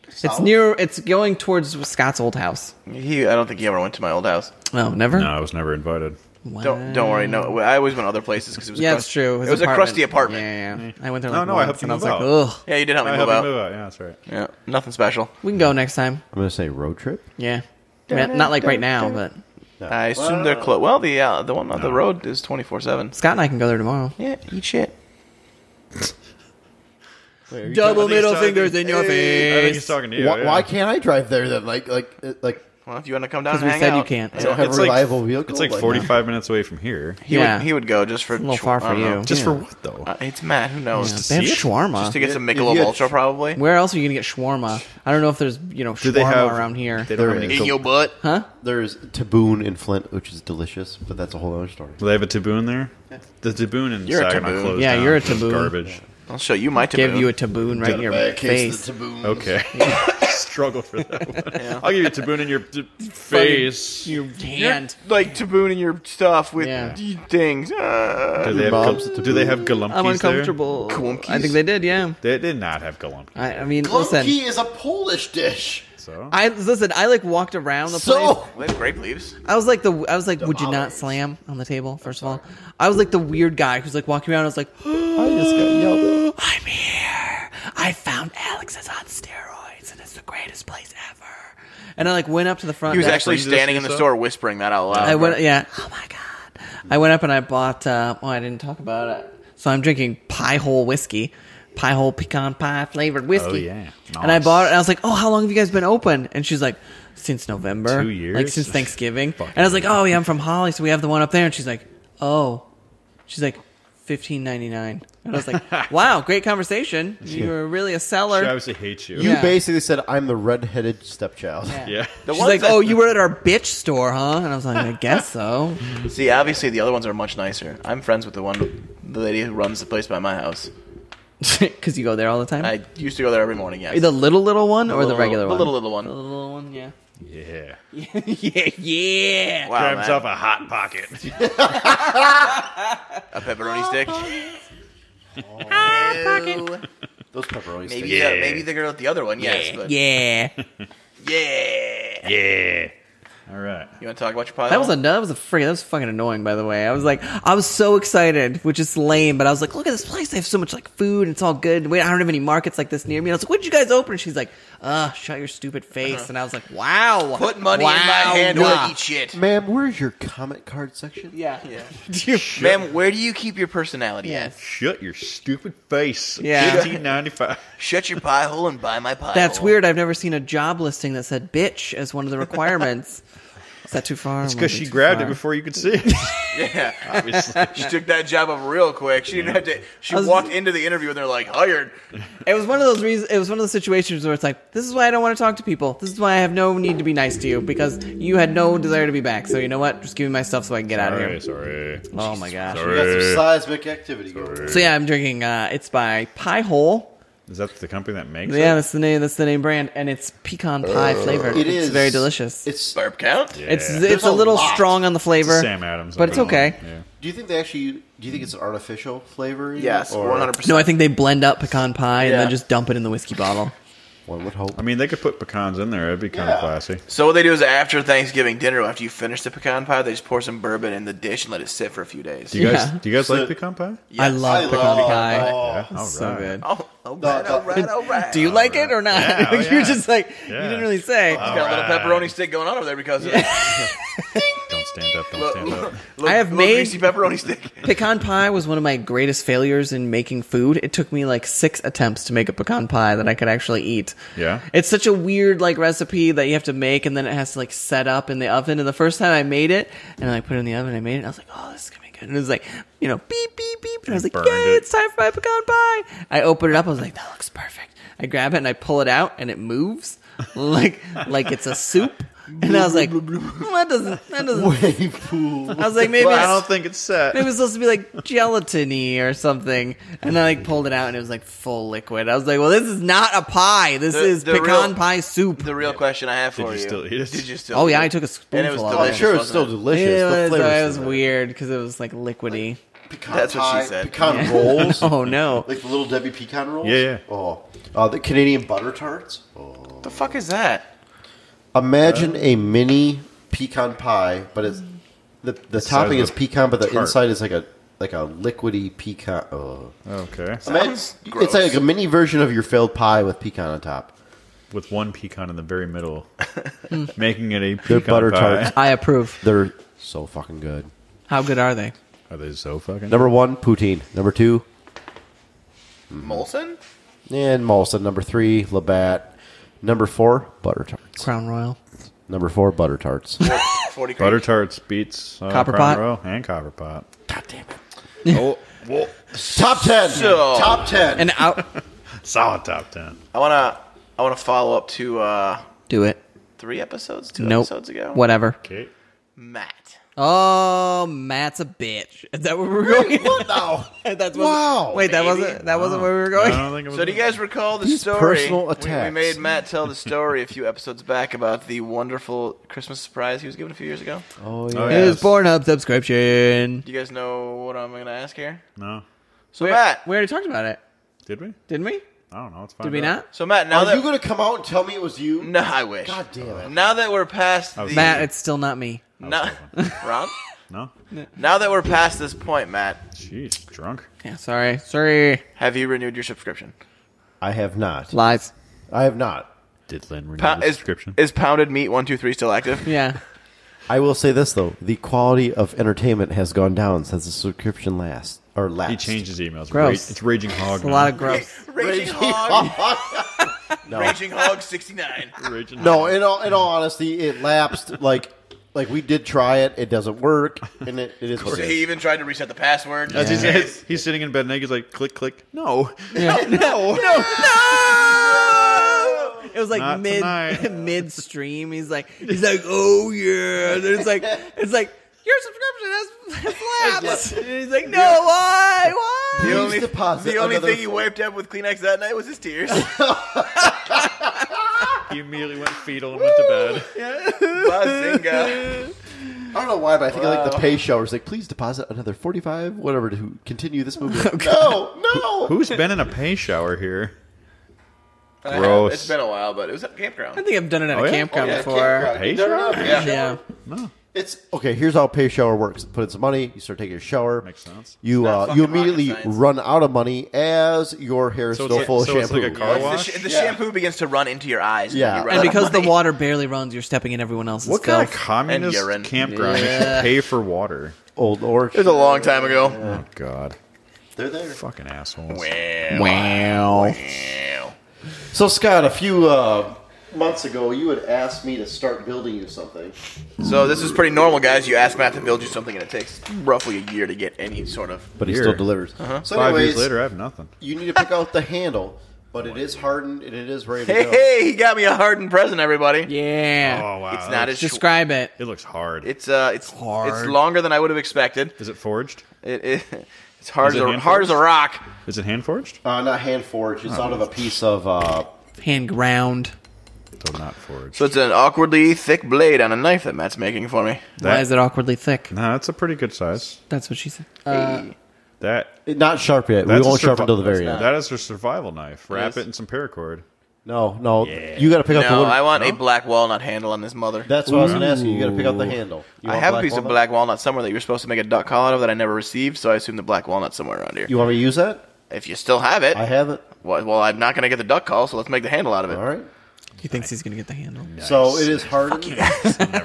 Speaker 3: It's near. It's going towards Scott's old house.
Speaker 2: he, I don't think he ever went to my old house.
Speaker 3: Oh, never.
Speaker 4: No, I was never invited.
Speaker 3: Wow.
Speaker 2: Don't don't worry. No, I always went other places because it was
Speaker 3: Yeah,
Speaker 2: a
Speaker 3: it's true. His
Speaker 2: it was a crusty apartment. Yeah,
Speaker 3: Yeah, yeah, yeah. I went there.
Speaker 4: No,
Speaker 3: Like
Speaker 4: no, I
Speaker 3: once
Speaker 4: helped you
Speaker 3: and I was
Speaker 4: move
Speaker 3: like,
Speaker 4: out.
Speaker 3: ugh.
Speaker 2: you did help me
Speaker 4: I
Speaker 2: move
Speaker 4: helped
Speaker 2: out.
Speaker 4: you move out. Yeah, that's right.
Speaker 2: Yeah, nothing special.
Speaker 3: We can go next time.
Speaker 5: I'm gonna say road trip.
Speaker 3: Yeah. I mean, not like right now, but
Speaker 2: I assume they're close. Well, the uh, the one on the road is twenty four seven.
Speaker 3: Scott and I can go there tomorrow.
Speaker 2: Yeah, eat shit.
Speaker 3: Double
Speaker 4: middle fingers in
Speaker 3: your
Speaker 4: I think he's talking to you.
Speaker 5: why,
Speaker 4: yeah.
Speaker 5: why can't I drive there then? Like like uh, like
Speaker 2: Well, if you want to come down,
Speaker 3: 'Cause
Speaker 2: and
Speaker 3: we
Speaker 2: hang
Speaker 3: said you
Speaker 2: out.
Speaker 3: can't.
Speaker 5: don't have
Speaker 4: It's
Speaker 5: a
Speaker 4: like-
Speaker 5: reliable vehicle.
Speaker 4: It's like
Speaker 5: right now.
Speaker 4: 45 minutes away from here.
Speaker 2: He
Speaker 3: Yeah.
Speaker 2: would he would go just for a
Speaker 3: little far for you.
Speaker 4: Just
Speaker 3: Yeah. Uh,
Speaker 4: for what though?
Speaker 2: Uh, it's Matt. Who knows?
Speaker 3: They have
Speaker 4: see it?
Speaker 3: shawarma.
Speaker 2: Just to get some
Speaker 5: If- if
Speaker 2: Michelob
Speaker 5: you had-
Speaker 2: Ultra, probably.
Speaker 3: Where else are you gonna get shawarma? I don't know if there's you know
Speaker 4: Do
Speaker 3: shawarma
Speaker 4: they have
Speaker 3: around here.
Speaker 4: They don't
Speaker 5: There
Speaker 4: have any.
Speaker 5: is.
Speaker 2: In
Speaker 4: Do
Speaker 2: your butt.
Speaker 3: Huh?
Speaker 5: There's Taboon in Flint, which is delicious, but that's a whole other story.
Speaker 4: they have a taboon there? The taboon in
Speaker 2: You're a
Speaker 4: Saginaw
Speaker 2: Taboon.
Speaker 4: closed
Speaker 3: Yeah,
Speaker 4: down
Speaker 3: you're a
Speaker 4: for
Speaker 3: Taboon.
Speaker 4: Garbage.
Speaker 2: I'll show you my
Speaker 3: Give
Speaker 2: taboo.
Speaker 3: you a taboon right in your face.
Speaker 5: Taboon.
Speaker 4: Okay. [laughs] Struggle for that one. I'll give you a taboon in your d- face.
Speaker 3: Your hand.
Speaker 2: like tabooing your stuff with
Speaker 3: Yeah.
Speaker 2: these things. Uh,
Speaker 4: Do they, have
Speaker 5: Bob's
Speaker 4: gal- do they have galumpkies
Speaker 3: I'm
Speaker 4: there?
Speaker 3: uncomfortable.
Speaker 2: Kwonkies?
Speaker 3: I think they did. Yeah.
Speaker 4: They did not have galumpkies.
Speaker 3: I, I mean, listen.
Speaker 5: is a Polish dish.
Speaker 4: So
Speaker 3: I listen. I like walked around the place.
Speaker 5: So
Speaker 2: they have grape leaves.
Speaker 3: I was like the I was like, would you not
Speaker 5: Tamales.
Speaker 3: slam on the table? First of all, I was like the weird guy who's like walking around. I was like,
Speaker 5: I just got yelled
Speaker 3: [gasps]
Speaker 5: at.
Speaker 3: I'm here. I found Alex's on steroids, and it's the greatest place ever. And I like went up to the front.
Speaker 2: He was
Speaker 3: desk.
Speaker 2: actually
Speaker 4: you do this
Speaker 2: standing in the
Speaker 4: yourself?
Speaker 2: store whispering that out loud.
Speaker 3: I went. Yeah. Oh my god. I went up and I bought. Uh, oh, I didn't talk about it. So I'm drinking pie hole whiskey, pie hole pecan pie flavored whiskey.
Speaker 4: Oh, yeah.
Speaker 3: And I
Speaker 4: Nice.
Speaker 3: bought it. And I was like, oh, how long have you guys been open? And she's like, since November,
Speaker 4: Two years? [laughs]
Speaker 3: like since Thanksgiving.
Speaker 4: Fucking
Speaker 3: and I was like, oh yeah, I'm from Holly, so we have the one up there. And she's like, oh, she's like. Fifteen ninety nine, and I
Speaker 4: [laughs]
Speaker 3: was like, "Wow, great conversation! You were really a seller."
Speaker 4: she obviously hates you.
Speaker 5: You
Speaker 3: Yeah.
Speaker 5: basically said I'm the redheaded stepchild.
Speaker 4: yeah.
Speaker 2: The
Speaker 3: She's
Speaker 2: ones
Speaker 3: like,
Speaker 2: that-
Speaker 3: "Oh, you were at our bitch store, huh?" And I was like, "I guess so." [laughs]
Speaker 2: See, obviously the other ones are much nicer. I'm friends with the one, the lady who runs the place by my house.
Speaker 3: Because you go there all the time.
Speaker 2: I used to go there every morning. Yes,
Speaker 3: The little little one or the
Speaker 2: little-
Speaker 3: regular
Speaker 2: the
Speaker 3: one?
Speaker 2: little, little one.
Speaker 3: The little little one, yeah.
Speaker 4: Yeah.
Speaker 3: [laughs] yeah, yeah.
Speaker 2: Wow,
Speaker 4: Grab
Speaker 2: man.
Speaker 4: himself a hot
Speaker 3: [laughs]
Speaker 4: pocket.
Speaker 2: a pepperoni stick. Ew.
Speaker 5: [laughs] Those pepperoni
Speaker 2: Maybe,
Speaker 5: sticks.
Speaker 2: the, maybe the girl at the other one. Yes, but yeah.
Speaker 3: Yeah.
Speaker 4: yeah. All right.
Speaker 2: You want to talk about your pile?
Speaker 3: That was a that was a freaking that was fucking annoying by the way. I was like I was so excited, which is lame, but I was like, look at this place, they have so much like food and it's all good. Wait, I don't have any markets like this near me. And I was like, what did you guys open? And she's like, uh, shut your stupid face. And I was like, wow.
Speaker 2: Uh-huh. put money in my hand or I eat shit.
Speaker 5: [laughs] Ma'am, where's your comment card section?
Speaker 3: Yeah.
Speaker 2: Yeah.
Speaker 3: Yeah.
Speaker 2: Ma'am, where do you keep your personality? at?
Speaker 3: yes.
Speaker 4: Shut your stupid face.
Speaker 3: Yeah. [laughs]
Speaker 4: 1595.
Speaker 2: Shut your pie hole and buy my pie.
Speaker 3: That's
Speaker 2: hole.
Speaker 3: weird. I've never seen a job listing that said bitch as one of the requirements. is that too far?
Speaker 4: Because she grabbed it before you could see it.
Speaker 2: [laughs] Yeah.
Speaker 4: Obviously.
Speaker 2: She took that job up real quick. She didn't have to. She
Speaker 3: I was-
Speaker 2: walked into the interview and they're like, hired.
Speaker 3: It was one of those reasons. It was one of those situations where it's like, this is why I don't want to talk to people. This is why I have no need to be nice to you because you had no desire to be back. So you know what? Just give me my stuff so I can get out of
Speaker 4: Sorry, sorry.
Speaker 3: here. Oh my gosh.
Speaker 5: We got some seismic activity going. on.
Speaker 3: So yeah, I'm drinking. Uh, it's by Pie Hole.
Speaker 4: Is that the company that makes
Speaker 3: Yeah,
Speaker 4: it?
Speaker 3: that's the name. That's the name brand, and it's pecan pie flavored.
Speaker 5: It
Speaker 3: it's
Speaker 5: is
Speaker 3: very delicious. Uh, It's
Speaker 5: It's. Do
Speaker 2: Burp count? Yeah.
Speaker 3: it's,
Speaker 5: There's
Speaker 3: a
Speaker 5: a
Speaker 3: little
Speaker 5: lot.
Speaker 3: strong on the flavor.
Speaker 4: Sam Adams.
Speaker 3: But it's okay.
Speaker 4: Yeah.
Speaker 5: you think they actually? Do you think it's an artificial flavor?
Speaker 2: Yes,
Speaker 5: or
Speaker 2: 100%.
Speaker 3: No, I think they blend up pecan pie and
Speaker 2: Yeah.
Speaker 3: then just dump it in the whiskey bottle.
Speaker 5: One would hope.
Speaker 4: I mean, they could put pecans in there. It'd be kind
Speaker 5: Yeah.
Speaker 4: of classy.
Speaker 2: So what they do is after Thanksgiving dinner, after you finish the pecan pie, they just pour some bourbon in the dish and let it sit for a few days.
Speaker 4: Do you guys,
Speaker 3: Yeah.
Speaker 4: do you guys
Speaker 5: So-
Speaker 4: like pecan pie?
Speaker 3: I
Speaker 2: Yes.
Speaker 3: love
Speaker 5: I
Speaker 3: pecan
Speaker 5: love
Speaker 3: pie.
Speaker 5: pecan pie.
Speaker 4: Yeah. All
Speaker 3: It's so
Speaker 4: right.
Speaker 3: good.
Speaker 2: Oh, all right, all right, all right.
Speaker 3: [laughs] Do you [laughs] like it or not?
Speaker 4: Yeah, oh,
Speaker 3: You're
Speaker 4: yeah.
Speaker 3: just like you
Speaker 4: Yeah. Oh,
Speaker 3: didn't really say.
Speaker 2: He's got a little pepperoni stick going on over there because of
Speaker 3: [laughs]
Speaker 2: it.
Speaker 4: Don't stand up. Don't stand up.
Speaker 2: Little-
Speaker 3: I have
Speaker 2: little
Speaker 3: made-
Speaker 2: greasy pepperoni stick.
Speaker 3: Pecan pie was one of my greatest failures in making food. It took me like six attempts to make a pecan pie that I could actually eat.
Speaker 4: Yeah.
Speaker 3: It's such a weird like recipe that you have to make and then it has to like set up in the oven. And the first time I made it and I put it in the oven, I made it, and I was like, oh, this is gonna be good. And it was like, you know, beep, beep, beep. And I was like,
Speaker 4: Burned
Speaker 3: yay,
Speaker 4: it.
Speaker 3: it's time for my pecan pie. I open it up, I was like, that looks perfect. I grab it and I pull it out and it moves like like it's a soup. And I was like, "Hmm, that doesn't that doesn't
Speaker 5: Wave
Speaker 3: [laughs]
Speaker 5: pool.
Speaker 3: I was like, maybe
Speaker 4: Well, I
Speaker 3: it's-
Speaker 4: don't think it's set.
Speaker 3: it was supposed to be like gelatiny or something, and I like pulled it out and it was like full liquid. I was like, "Well, this is not a pie. This
Speaker 2: The-
Speaker 3: is
Speaker 2: the
Speaker 3: pecan
Speaker 2: real-
Speaker 3: pie soup."
Speaker 2: [laughs] The real question I have for
Speaker 4: you
Speaker 2: you:
Speaker 4: still eat it?
Speaker 2: Did you still?
Speaker 3: oh yeah,
Speaker 2: eat
Speaker 3: I
Speaker 2: it?
Speaker 3: took a
Speaker 2: And it was
Speaker 3: spoonful of
Speaker 5: I'm
Speaker 2: delicious.
Speaker 3: it.
Speaker 5: sure it's still
Speaker 2: wasn't
Speaker 5: delicious.
Speaker 3: It
Speaker 5: the
Speaker 3: was,
Speaker 5: flavor's
Speaker 3: it was
Speaker 5: still there.
Speaker 3: weird because it was like liquidy.
Speaker 5: Pecan
Speaker 2: That's what she
Speaker 5: pie,
Speaker 2: said.
Speaker 5: Pecan
Speaker 4: [laughs]
Speaker 5: rolls.
Speaker 3: Oh no!
Speaker 5: Like the little Debbie pecan rolls.
Speaker 4: Yeah, yeah.
Speaker 5: Oh, uh, the Canadian butter tarts.
Speaker 2: What the fuck is that?
Speaker 5: Imagine a mini pecan pie, but it's the the
Speaker 4: size
Speaker 5: topping
Speaker 4: of
Speaker 5: is
Speaker 4: a
Speaker 5: pecan, but the
Speaker 4: tart.
Speaker 5: inside is like a like a liquidy pecan. Uh,
Speaker 4: Okay.
Speaker 2: Sounds
Speaker 5: Imagine-
Speaker 2: gross.
Speaker 5: It's like a mini version of your failed pie with pecan on top.
Speaker 4: With one pecan in the very
Speaker 3: [laughs]
Speaker 4: middle, making it a
Speaker 5: They're
Speaker 4: pecan
Speaker 5: butter
Speaker 4: pie.
Speaker 5: tarts.
Speaker 3: I approve.
Speaker 5: They're so fucking good.
Speaker 3: How good are they?
Speaker 4: Are they so fucking?
Speaker 5: Number one, poutine. Number two,
Speaker 2: Molson.
Speaker 5: and Molson. Number three, Labatt. Number four, butter tarts.
Speaker 3: Crown Royal.
Speaker 5: Number four, butter tarts.
Speaker 2: 40
Speaker 4: Butter tarts beats uh,
Speaker 3: Copper
Speaker 4: Crown
Speaker 3: Pot?
Speaker 4: Royal and copper pot.
Speaker 5: God damn it. oh, well, top ten.
Speaker 2: So-
Speaker 5: top ten.
Speaker 3: And
Speaker 2: [laughs]
Speaker 3: out.
Speaker 4: Solid top ten.
Speaker 2: I want to I want to follow up to uh,
Speaker 3: Do it.
Speaker 2: three episodes, two
Speaker 3: Nope.
Speaker 2: episodes ago.
Speaker 5: e-
Speaker 3: Whatever.
Speaker 4: Okay.
Speaker 2: Matt.
Speaker 3: Oh, Matt's a bitch. Is that where we're going?
Speaker 5: what now?
Speaker 3: [laughs] That's what-
Speaker 5: Wow.
Speaker 3: Wait, that
Speaker 2: Maybe.
Speaker 3: wasn't that wasn't where we were going.
Speaker 4: I don't think it was
Speaker 2: So do you guys recall the
Speaker 5: These
Speaker 2: story?
Speaker 5: personal
Speaker 2: We- We,
Speaker 5: attacks.
Speaker 2: made Matt tell the story a few episodes back about the wonderful Christmas surprise he was given a few years ago.
Speaker 5: Oh
Speaker 4: Oh,
Speaker 5: yeah.
Speaker 4: yeah.
Speaker 3: His Pornhub subscription.
Speaker 2: Do you guys know what I'm going to ask here?
Speaker 4: No.
Speaker 2: So Matt,
Speaker 3: We already talked about it,
Speaker 4: Did we?
Speaker 3: didn't we?
Speaker 4: I don't know. Let's find
Speaker 3: Did we
Speaker 4: out.
Speaker 3: not?
Speaker 2: so Matt, now
Speaker 5: Are
Speaker 2: that
Speaker 5: you going to come out and tell me it was
Speaker 2: [laughs]
Speaker 5: you?
Speaker 2: no, I wish.
Speaker 5: God damn it.
Speaker 2: Now that we're past
Speaker 4: was
Speaker 2: the
Speaker 3: Matt, it's still not me.
Speaker 2: now, [laughs] Rob,
Speaker 4: No.
Speaker 2: now that we're past this point, Matt,
Speaker 4: Jeez, drunk.
Speaker 3: Yeah, sorry, sorry.
Speaker 2: have you renewed your subscription?
Speaker 5: I have not.
Speaker 3: Lies.
Speaker 5: I have not.
Speaker 4: Did Lynn renew
Speaker 2: Pa-
Speaker 4: the
Speaker 2: is,
Speaker 4: subscription?
Speaker 2: is pounded meat one two three still
Speaker 3: [laughs]
Speaker 2: active?
Speaker 3: Yeah.
Speaker 5: I will say this though: the quality of entertainment has gone down since the subscription last or last.
Speaker 4: he
Speaker 5: [laughs]
Speaker 4: changed his emails.
Speaker 3: Gross.
Speaker 4: Ra- it's raging hog.
Speaker 3: A lot of gross.
Speaker 2: Raging hog,
Speaker 5: [laughs] no,
Speaker 2: raging hog sixty nine.
Speaker 4: raging.
Speaker 5: no.
Speaker 4: hog.
Speaker 5: In all, in all honesty, it lapsed. Like, like we did try it. It doesn't work, and it, it is. What it
Speaker 2: He
Speaker 5: is.
Speaker 2: even tried to reset the password.
Speaker 4: As he's,
Speaker 2: Yeah.
Speaker 4: he's, he's sitting in bed naked, he's like click, click. [laughs] No,
Speaker 3: no, no, no. [laughs] It was like
Speaker 4: Not
Speaker 3: mid
Speaker 4: tonight.
Speaker 3: [laughs] midstream. He's like, he's like, oh yeah. And it's like, it's like your subscription has flaps. And he's like, no, why, why?
Speaker 2: The
Speaker 5: Please
Speaker 2: only,
Speaker 5: deposit
Speaker 2: the only
Speaker 5: another-
Speaker 2: thing he wiped up with Kleenex that night was his
Speaker 5: [laughs]
Speaker 2: tears. [laughs]
Speaker 4: he immediately went fetal and went to bed.
Speaker 2: Bazinga.
Speaker 5: I don't know why, but I think I like the pay show. It's like, please deposit another forty-five, whatever, to continue this movie. [laughs] no, no.
Speaker 4: Who's been in a pay shower here?
Speaker 2: I know,
Speaker 4: Gross.
Speaker 2: It's been a while, but it was at a
Speaker 3: I
Speaker 2: campground.
Speaker 3: think I've done it at
Speaker 4: Oh,
Speaker 3: a
Speaker 4: yeah?
Speaker 3: campground
Speaker 5: Yeah,
Speaker 3: before.
Speaker 5: campground.
Speaker 4: Pay
Speaker 5: No, no, no, pay show.
Speaker 3: Yeah.
Speaker 4: No,
Speaker 5: It's okay. Here's how pay shower works: put in some money, you start taking a shower.
Speaker 4: makes sense.
Speaker 5: You
Speaker 2: not
Speaker 5: uh,
Speaker 2: fucking
Speaker 5: you immediately
Speaker 2: rocket science.
Speaker 5: run out of money as your hair is
Speaker 4: So it's
Speaker 5: still
Speaker 4: like-
Speaker 5: full
Speaker 4: so
Speaker 5: of
Speaker 4: it's
Speaker 5: shampoo.
Speaker 4: like a car
Speaker 2: The,
Speaker 4: wash?
Speaker 2: sh- the shampoo begins to run into your eyes. and
Speaker 5: Yeah.
Speaker 2: you run
Speaker 3: And
Speaker 2: out of
Speaker 3: because the
Speaker 2: money.
Speaker 3: water barely runs, you're stepping in everyone else's
Speaker 4: What kind
Speaker 3: filth.
Speaker 4: of communist
Speaker 2: And urine.
Speaker 4: campground makes you
Speaker 3: Yeah.
Speaker 4: pay for water?
Speaker 2: [laughs]
Speaker 5: Old
Speaker 2: [laughs]
Speaker 5: Orch.
Speaker 2: It was a long time ago.
Speaker 4: Oh God,
Speaker 5: They're there.
Speaker 4: fucking assholes.
Speaker 3: wow.
Speaker 5: So Scott, a few uh, months ago, you had asked me to start building you something.
Speaker 2: So this is pretty normal, guys. You ask Matt to build you something, and it takes roughly a year to get any sort of.
Speaker 5: But he
Speaker 4: Here. Uh-huh.
Speaker 5: still delivers. So
Speaker 4: Five
Speaker 5: anyways,
Speaker 4: years later, I have nothing.
Speaker 5: you need to pick out the handle, but it is hardened and it is ready to
Speaker 2: Hey,
Speaker 5: go.
Speaker 2: hey, he got me a hardened present, everybody.
Speaker 3: Yeah.
Speaker 4: Oh wow,
Speaker 2: It's not as short.
Speaker 3: Describe it.
Speaker 4: It looks hard.
Speaker 2: It's uh, it's
Speaker 3: Hard.
Speaker 2: it's longer than I would have expected.
Speaker 4: Is it forged?
Speaker 2: It, it [laughs] it's hard
Speaker 4: Is it
Speaker 2: as a,
Speaker 4: hand
Speaker 2: hard as a
Speaker 4: forged?
Speaker 2: rock.
Speaker 4: Is it hand forged?
Speaker 5: Uh, not hand forged. It's out of a piece of. Uh,
Speaker 3: Hand ground.
Speaker 4: So not forged.
Speaker 2: So it's an awkwardly thick blade on a knife that Matt's making for me.
Speaker 4: That-
Speaker 3: Why is it awkwardly thick?
Speaker 4: Nah, that's a pretty good size.
Speaker 3: That's what she said.
Speaker 4: That
Speaker 5: not sharp yet.
Speaker 4: that's
Speaker 5: we
Speaker 4: a
Speaker 5: won't sharpen
Speaker 4: survi-
Speaker 5: until the very end.
Speaker 4: That is a survival knife. Wrap
Speaker 2: is.
Speaker 4: it in some paracord.
Speaker 5: No, no. You got to pick out the.
Speaker 2: No,
Speaker 5: wood.
Speaker 2: I want a
Speaker 4: No?
Speaker 2: black walnut handle on this mother.
Speaker 5: That's what I was going to ask you. You got to pick out the handle. You
Speaker 2: I
Speaker 5: want
Speaker 2: have a piece of
Speaker 5: walnut?
Speaker 2: black walnut somewhere that you're supposed to make a duck call out of that I never received, so I assume the black walnut somewhere around here.
Speaker 5: You want me to use that?
Speaker 2: if you still have it,
Speaker 5: I have it.
Speaker 2: well, well, I'm not going to get the duck call, so let's make the handle out of it.
Speaker 5: All right.
Speaker 3: He thinks he's going to get the handle.
Speaker 5: So it is hardened. [laughs]